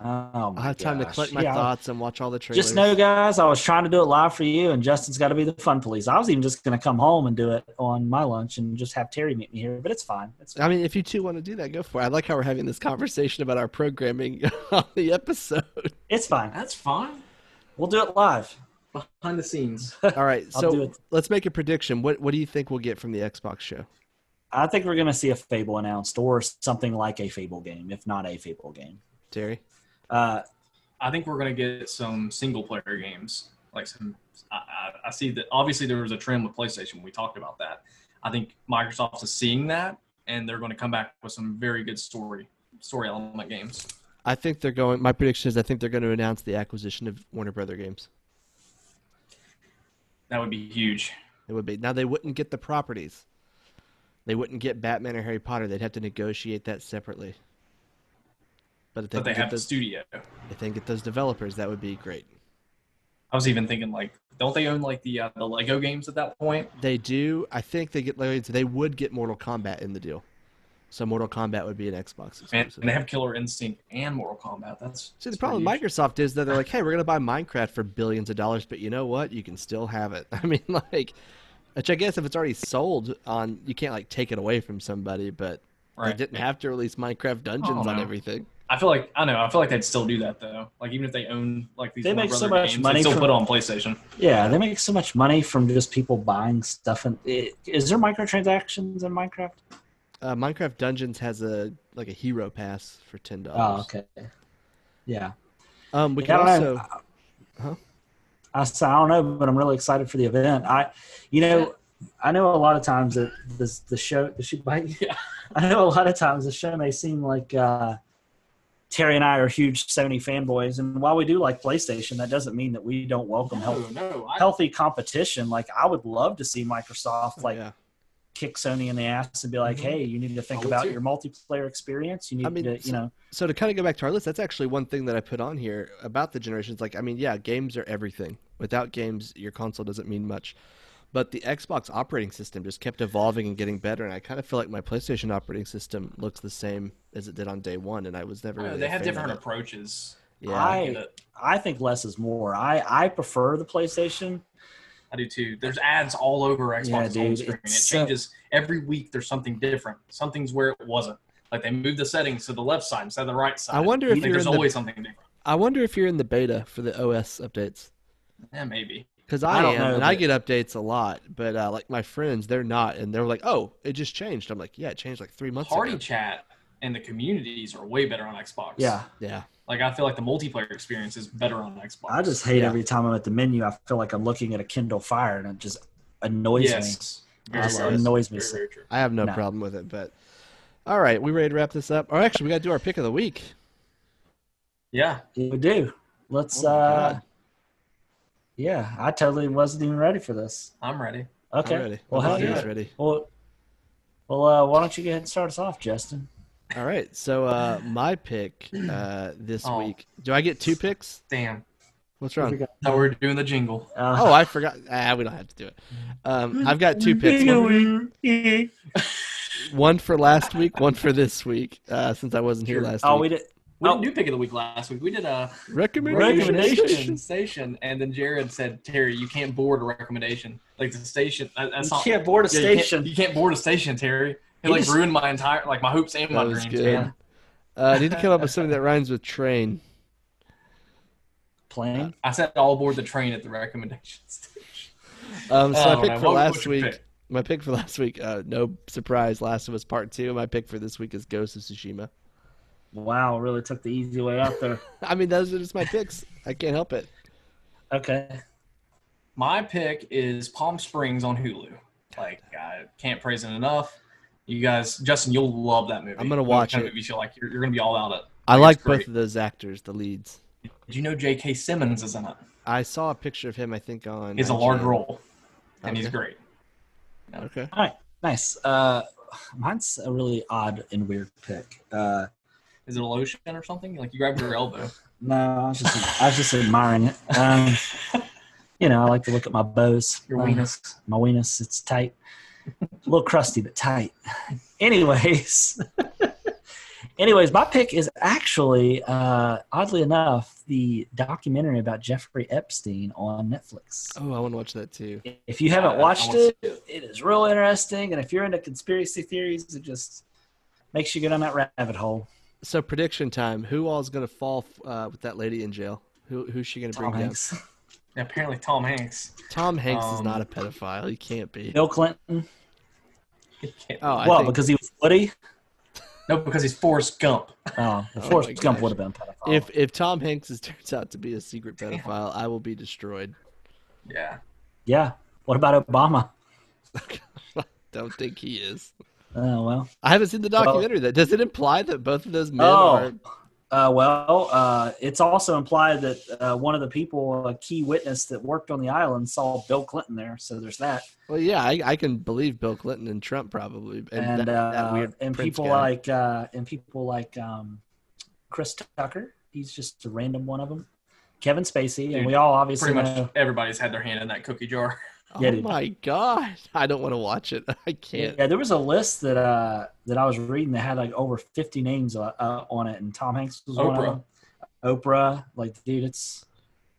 [SPEAKER 1] Oh, my
[SPEAKER 2] I'll have time to
[SPEAKER 1] gosh.
[SPEAKER 2] collect my
[SPEAKER 1] Yeah.
[SPEAKER 2] thoughts and watch all the trailers.
[SPEAKER 1] Just know, guys, I was trying to do it live for you, and Justin's got to be the fun police. I was even just going to come home and do it on my lunch and just have Terry meet me here, but it's fine. It's
[SPEAKER 2] I mean, if you two want to do that, go for it. I like how we're having this conversation about our programming on the episode.
[SPEAKER 1] it's fine.
[SPEAKER 3] That's fine.
[SPEAKER 1] We'll do it live.
[SPEAKER 3] Behind the scenes.
[SPEAKER 2] All right,
[SPEAKER 1] I'll do
[SPEAKER 2] so
[SPEAKER 1] it.
[SPEAKER 2] let's make a prediction. What What do you think we'll get from the Xbox show?
[SPEAKER 1] I think we're going to see a Fable announced or something like a Fable game, if not a Fable game.
[SPEAKER 2] Terry,
[SPEAKER 1] Uh,
[SPEAKER 3] I think we're going to get some single player games. Like some, I, I, I see that obviously there was a trend with PlayStation. We talked about that. I think Microsoft is seeing that, and they're going to come back with some very good story story element games.
[SPEAKER 2] I think they're going. My prediction is I think they're going to announce the acquisition of Warner Brother Games.
[SPEAKER 3] That would be huge.
[SPEAKER 2] It would be now they wouldn't get the properties. They wouldn't get Batman or Harry Potter. They'd have to negotiate that separately. But if they,
[SPEAKER 3] But
[SPEAKER 2] can
[SPEAKER 3] they
[SPEAKER 2] get
[SPEAKER 3] have the
[SPEAKER 2] those,
[SPEAKER 3] studio.
[SPEAKER 2] if they can get those developers, that would be great.
[SPEAKER 3] I was even thinking like, don't they own like the uh, the Lego games at that point?
[SPEAKER 2] They do. I think they get. like, They would get Mortal Kombat in the deal. So Mortal Kombat would be an Xbox
[SPEAKER 3] And,
[SPEAKER 2] exclusive.
[SPEAKER 3] and they have Killer Instinct and Mortal Kombat. That's
[SPEAKER 2] See, the
[SPEAKER 3] that's
[SPEAKER 2] problem with
[SPEAKER 3] pretty
[SPEAKER 2] Microsoft is that they're like, hey, we're going to buy Minecraft for billions of dollars, but you know what? You can still have it. I mean, like, which I guess if it's already sold on, you can't, like, take it away from somebody, but
[SPEAKER 3] Right.
[SPEAKER 2] they didn't have to release Minecraft Dungeons
[SPEAKER 3] Oh,
[SPEAKER 2] on
[SPEAKER 3] no.
[SPEAKER 2] everything.
[SPEAKER 3] I feel like I know. I feel like they'd still do that though. Like even if they own like these
[SPEAKER 1] They
[SPEAKER 3] Warner
[SPEAKER 1] make so
[SPEAKER 3] Brother
[SPEAKER 1] much
[SPEAKER 3] games,
[SPEAKER 1] money
[SPEAKER 3] they still
[SPEAKER 1] from-
[SPEAKER 3] put it on PlayStation.
[SPEAKER 1] yeah, they make so much money from just people buying stuff. And it, is there microtransactions in Minecraft?
[SPEAKER 2] Uh, Minecraft
[SPEAKER 3] Oh,
[SPEAKER 2] Dungeons has a, like, a hero pass for $10.
[SPEAKER 1] Oh, okay. Yeah.
[SPEAKER 2] Um, we
[SPEAKER 1] Yeah,
[SPEAKER 2] can
[SPEAKER 1] I don't
[SPEAKER 2] also
[SPEAKER 1] know. I, s- I don't know, but I'm really excited for the event. I, you know, I know a lot of times that this the show the shoot bite.
[SPEAKER 3] Yeah.
[SPEAKER 1] I know a lot of times the show may seem like uh, Terry and I are huge Sony fanboys, and while we do like PlayStation, that doesn't mean that we don't welcome
[SPEAKER 3] No,
[SPEAKER 1] health,
[SPEAKER 3] Oh, no, I,
[SPEAKER 1] healthy competition. Like I would love to see Microsoft like
[SPEAKER 2] yeah.
[SPEAKER 1] kick Sony in the ass and be like,
[SPEAKER 3] Mhm.
[SPEAKER 1] hey, you need to think
[SPEAKER 3] I would
[SPEAKER 1] about
[SPEAKER 3] too.
[SPEAKER 1] your multiplayer experience. You need
[SPEAKER 2] I mean,
[SPEAKER 1] to, you know,
[SPEAKER 2] So to kind of go back to our list, that's actually one thing that I put on here about the generations. Like, I mean, yeah, games are everything. Without games, your console doesn't mean much. But the Xbox operating system just kept evolving and getting better, and I kind of feel like my PlayStation operating system looks the same as it did on day one, and I was never.
[SPEAKER 3] I know,
[SPEAKER 2] really
[SPEAKER 3] they
[SPEAKER 2] a
[SPEAKER 3] have
[SPEAKER 2] fan of
[SPEAKER 3] different
[SPEAKER 2] it.
[SPEAKER 3] approaches.
[SPEAKER 2] Yeah,
[SPEAKER 1] I-
[SPEAKER 3] get it.
[SPEAKER 1] I think less is more. I I prefer the PlayStation.
[SPEAKER 3] I do too. There's ads all over Xbox
[SPEAKER 1] Yeah,
[SPEAKER 3] home
[SPEAKER 1] dude,
[SPEAKER 3] screen. It
[SPEAKER 1] it's so-
[SPEAKER 3] changes every week. There's something different. Something's where it wasn't. Like they moved the settings to the left side instead of the right side.
[SPEAKER 2] I wonder if
[SPEAKER 3] Like,
[SPEAKER 2] you're in
[SPEAKER 3] there's
[SPEAKER 2] the,
[SPEAKER 3] always something different.
[SPEAKER 2] I wonder if you're in the beta for the OS updates.
[SPEAKER 3] Yeah, maybe.
[SPEAKER 2] Because
[SPEAKER 1] I
[SPEAKER 2] I,
[SPEAKER 1] don't
[SPEAKER 2] am,
[SPEAKER 1] know,
[SPEAKER 2] and I
[SPEAKER 1] but-
[SPEAKER 2] get updates a lot. But uh, like my friends, they're not, and they're like, "Oh, it just changed." I'm like, "Yeah, it changed like three months
[SPEAKER 3] Party
[SPEAKER 2] ago."
[SPEAKER 3] chat and the communities are way better on Xbox.
[SPEAKER 1] Yeah.
[SPEAKER 2] Yeah,
[SPEAKER 3] Like I feel like the multiplayer experience is better on Xbox.
[SPEAKER 1] I just hate
[SPEAKER 2] Yeah.
[SPEAKER 1] every time I'm at the menu. I feel like I'm looking at a Kindle Fire, and it just annoys me.
[SPEAKER 3] yes.
[SPEAKER 1] It
[SPEAKER 3] Very
[SPEAKER 1] just
[SPEAKER 3] true.
[SPEAKER 1] annoys me.
[SPEAKER 3] Very,
[SPEAKER 1] so-
[SPEAKER 3] very true.
[SPEAKER 2] I have no,
[SPEAKER 1] No.
[SPEAKER 2] problem with it. But all right, we ready to wrap this up? Or actually, we got to do our pick of the week.
[SPEAKER 3] Yeah.
[SPEAKER 1] We do. Let's.
[SPEAKER 2] Oh my
[SPEAKER 1] uh
[SPEAKER 2] God.
[SPEAKER 1] Yeah, I totally wasn't even ready for this.
[SPEAKER 3] I'm ready.
[SPEAKER 1] Okay.
[SPEAKER 2] I'm ready.
[SPEAKER 1] Well,
[SPEAKER 2] I'm
[SPEAKER 1] hell
[SPEAKER 3] yeah.
[SPEAKER 2] almost ready.
[SPEAKER 1] Well, well, uh, why don't you go ahead and start us off, Justin?
[SPEAKER 2] All right, so uh, my pick uh, this
[SPEAKER 3] Oh.
[SPEAKER 2] week. Do I get two picks?
[SPEAKER 3] Damn.
[SPEAKER 2] What's
[SPEAKER 1] We
[SPEAKER 2] wrong?
[SPEAKER 1] got-
[SPEAKER 3] Now we're doing the jingle.
[SPEAKER 2] Oh,
[SPEAKER 1] Uh,
[SPEAKER 2] I forgot. Ah, we don't have to do it. Um, I've got two picks. One-
[SPEAKER 1] Oh,
[SPEAKER 2] One for last week, one for this week. Uh, since I wasn't here
[SPEAKER 3] Sure.
[SPEAKER 2] last
[SPEAKER 1] we
[SPEAKER 2] week.
[SPEAKER 1] did.
[SPEAKER 3] We
[SPEAKER 1] Oh.
[SPEAKER 3] didn't do pick of the week last week. We did a recommendation
[SPEAKER 1] Recommendation.
[SPEAKER 3] station, and then Jared said, "Terry, you can't board a recommendation. Like the station, that, that's
[SPEAKER 1] You
[SPEAKER 3] not
[SPEAKER 1] can't board a
[SPEAKER 3] Yeah, you can't-
[SPEAKER 1] station.
[SPEAKER 3] You can't, board a station, Terry. It
[SPEAKER 1] You
[SPEAKER 3] like
[SPEAKER 1] just-
[SPEAKER 3] ruined my entire like my hopes and my
[SPEAKER 2] That was
[SPEAKER 3] dreams.
[SPEAKER 2] good.
[SPEAKER 3] Man.
[SPEAKER 2] Uh, I need to come up with something that rhymes with train. Uh.
[SPEAKER 1] Plane.
[SPEAKER 3] I said all aboard the train at the recommendations.
[SPEAKER 2] Um, so
[SPEAKER 3] I
[SPEAKER 2] my
[SPEAKER 3] don't
[SPEAKER 2] pick
[SPEAKER 3] know.
[SPEAKER 2] for
[SPEAKER 3] Oh, What-
[SPEAKER 2] last
[SPEAKER 3] what's your
[SPEAKER 2] week,
[SPEAKER 3] pick?
[SPEAKER 2] my pick for last week, uh, no surprise, Last of Us Part Two. My pick for this week is Ghost of Tsushima.
[SPEAKER 1] Wow, really took the easy way out there.
[SPEAKER 2] I mean, those are just my picks. I can't help it.
[SPEAKER 1] Okay.
[SPEAKER 3] My pick is Palm Springs on Hulu. Like I can't praise it enough. You guys, Justin, you'll love that movie.
[SPEAKER 2] I'm gonna
[SPEAKER 3] Those
[SPEAKER 2] watch
[SPEAKER 3] kind of
[SPEAKER 2] it.
[SPEAKER 3] Movies you like, you're, you're gonna be all out it.
[SPEAKER 2] I like both
[SPEAKER 3] great.
[SPEAKER 2] of those actors, the leads.
[SPEAKER 3] Did you know J.K. Simmons is in it?
[SPEAKER 2] I saw a picture of him. I think on
[SPEAKER 3] It's a
[SPEAKER 2] IGN.
[SPEAKER 3] large role, and he's
[SPEAKER 2] Okay.
[SPEAKER 3] great.
[SPEAKER 2] Okay.
[SPEAKER 1] All right. Nice. Uh, mine's a really odd and weird pick. Uh,
[SPEAKER 3] Is it a lotion or something? Like you grab your elbow.
[SPEAKER 1] No, I was just, I was just admiring it. Um, you know, I like to look at my bows.
[SPEAKER 3] Your
[SPEAKER 1] Um,
[SPEAKER 3] weenus.
[SPEAKER 1] My weenus. It's tight. A little crusty, but tight. Anyways. Anyways, my pick is actually, uh, oddly enough, the documentary about Jeffrey Epstein on Netflix.
[SPEAKER 2] Oh, I want to watch that too.
[SPEAKER 1] If you
[SPEAKER 3] I- I
[SPEAKER 1] haven't watched
[SPEAKER 3] wanna
[SPEAKER 1] it,
[SPEAKER 3] see it.
[SPEAKER 1] it is real interesting. And if you're into conspiracy theories, it just makes you go down that rabbit hole.
[SPEAKER 2] So prediction time. Who all is gonna fall uh, with that lady in jail? Who who's she gonna bring
[SPEAKER 1] Tom
[SPEAKER 2] down?
[SPEAKER 1] Hanks,
[SPEAKER 3] Apparently, Tom Hanks.
[SPEAKER 2] Tom Hanks is
[SPEAKER 3] Um,
[SPEAKER 2] not a pedophile. He can't be.
[SPEAKER 1] Bill Clinton.
[SPEAKER 3] He can't-
[SPEAKER 2] Oh, I
[SPEAKER 1] well,
[SPEAKER 2] think
[SPEAKER 1] because he was Woody.
[SPEAKER 3] No, because he's Forrest Gump.
[SPEAKER 1] Oh, the
[SPEAKER 2] Oh
[SPEAKER 1] Forrest
[SPEAKER 2] my
[SPEAKER 1] Gump
[SPEAKER 2] gosh.
[SPEAKER 1] would have been pedophile.
[SPEAKER 2] if if Tom Hanks is, turns out to be a secret pedophile, I will be destroyed.
[SPEAKER 3] Yeah.
[SPEAKER 1] yeah. What about Obama?
[SPEAKER 2] Don't think he is.
[SPEAKER 1] Oh well.
[SPEAKER 2] I haven't seen the
[SPEAKER 1] Well-
[SPEAKER 2] documentary. that does it imply that both of those men
[SPEAKER 1] Oh.
[SPEAKER 2] are?
[SPEAKER 1] Uh, well, uh, it's also implied that uh, one of the people, a key witness that worked on the island, saw Bill Clinton there. So there's that.
[SPEAKER 2] Well, yeah, I, I can believe Bill Clinton and Trump probably, and,
[SPEAKER 1] And
[SPEAKER 2] that,
[SPEAKER 1] uh,
[SPEAKER 2] that weird
[SPEAKER 1] and
[SPEAKER 2] Prince
[SPEAKER 1] people
[SPEAKER 2] guy.
[SPEAKER 1] like uh, and people like um, Chris Tucker. He's just a random one of them. Kevin Spacey,
[SPEAKER 3] Dude,
[SPEAKER 1] and we all obviously
[SPEAKER 3] Pretty
[SPEAKER 1] know.
[SPEAKER 2] uh,
[SPEAKER 3] much everybody's had their hand in that cookie jar.
[SPEAKER 1] Yeah,
[SPEAKER 2] oh
[SPEAKER 1] dude.
[SPEAKER 2] my god, I don't want to watch it. I can't.
[SPEAKER 1] Yeah, there was a list that uh, that I was reading that had like over 50 names uh, uh, on it, and Tom Hanks was one of
[SPEAKER 3] Oprah.
[SPEAKER 1] them. Oprah, like, dude, it's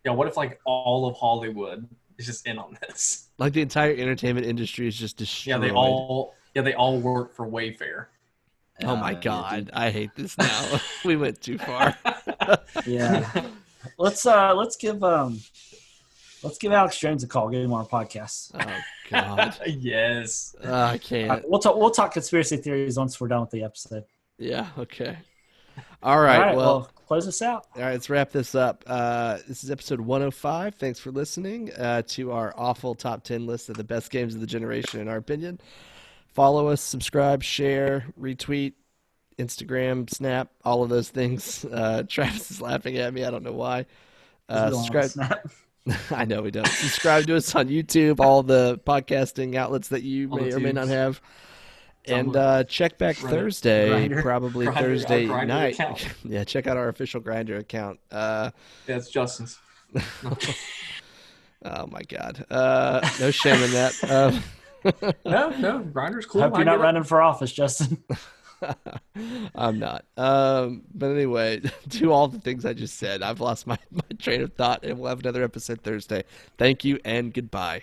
[SPEAKER 3] Yeah. What if like all of Hollywood is just in on this?
[SPEAKER 2] Like the entire entertainment industry is just destroyed.
[SPEAKER 3] Yeah, they all. Yeah, they all work for Wayfair.
[SPEAKER 2] Oh my
[SPEAKER 1] Uh,
[SPEAKER 2] god, I hate this now. we went too far.
[SPEAKER 1] Yeah. let's uh let's give um let's give Alex Jones a call. Get him on our podcast.
[SPEAKER 2] Oh god,
[SPEAKER 3] yes.
[SPEAKER 2] Oh, I
[SPEAKER 1] Uh,
[SPEAKER 2] can't.
[SPEAKER 1] we'll talk we'll talk conspiracy theories once we're done with the episode.
[SPEAKER 2] Yeah, okay. All right. well,
[SPEAKER 1] close us out.
[SPEAKER 2] All right, let's wrap this up. Uh, this is episode 105. Thanks for listening uh, to our awful top 10 list of the best games of the generation, in our opinion. Follow us, subscribe, share, retweet, Instagram, Snap, all of those things. Uh, Travis is laughing at me. I don't know why. Uh,
[SPEAKER 1] This is
[SPEAKER 2] subscribe.
[SPEAKER 1] a long snap.
[SPEAKER 2] I know we don't. Subscribe to us on YouTube, all the podcasting outlets that you
[SPEAKER 3] All the
[SPEAKER 2] may or may not
[SPEAKER 3] tubes.
[SPEAKER 2] have. And
[SPEAKER 3] Tumblr.
[SPEAKER 2] uh, check back
[SPEAKER 3] Reddit.
[SPEAKER 2] Thursday,
[SPEAKER 1] Grindr.
[SPEAKER 2] probably
[SPEAKER 3] Grindr, our
[SPEAKER 2] Thursday
[SPEAKER 3] Grindr
[SPEAKER 2] night.
[SPEAKER 3] account.
[SPEAKER 2] yeah, check out our official grinder account. Uh,
[SPEAKER 3] That's Justin's.
[SPEAKER 2] oh my God, uh, no shame in that. Uh,
[SPEAKER 3] No, no, Grinder's cool.
[SPEAKER 1] Hope
[SPEAKER 3] I
[SPEAKER 1] you're not
[SPEAKER 3] get it.
[SPEAKER 1] running for office, Justin.
[SPEAKER 2] I'm not. Um, but anyway, do all the things I just said. I've lost my, my train of thought, and we'll have another episode Thursday. Thank you and goodbye.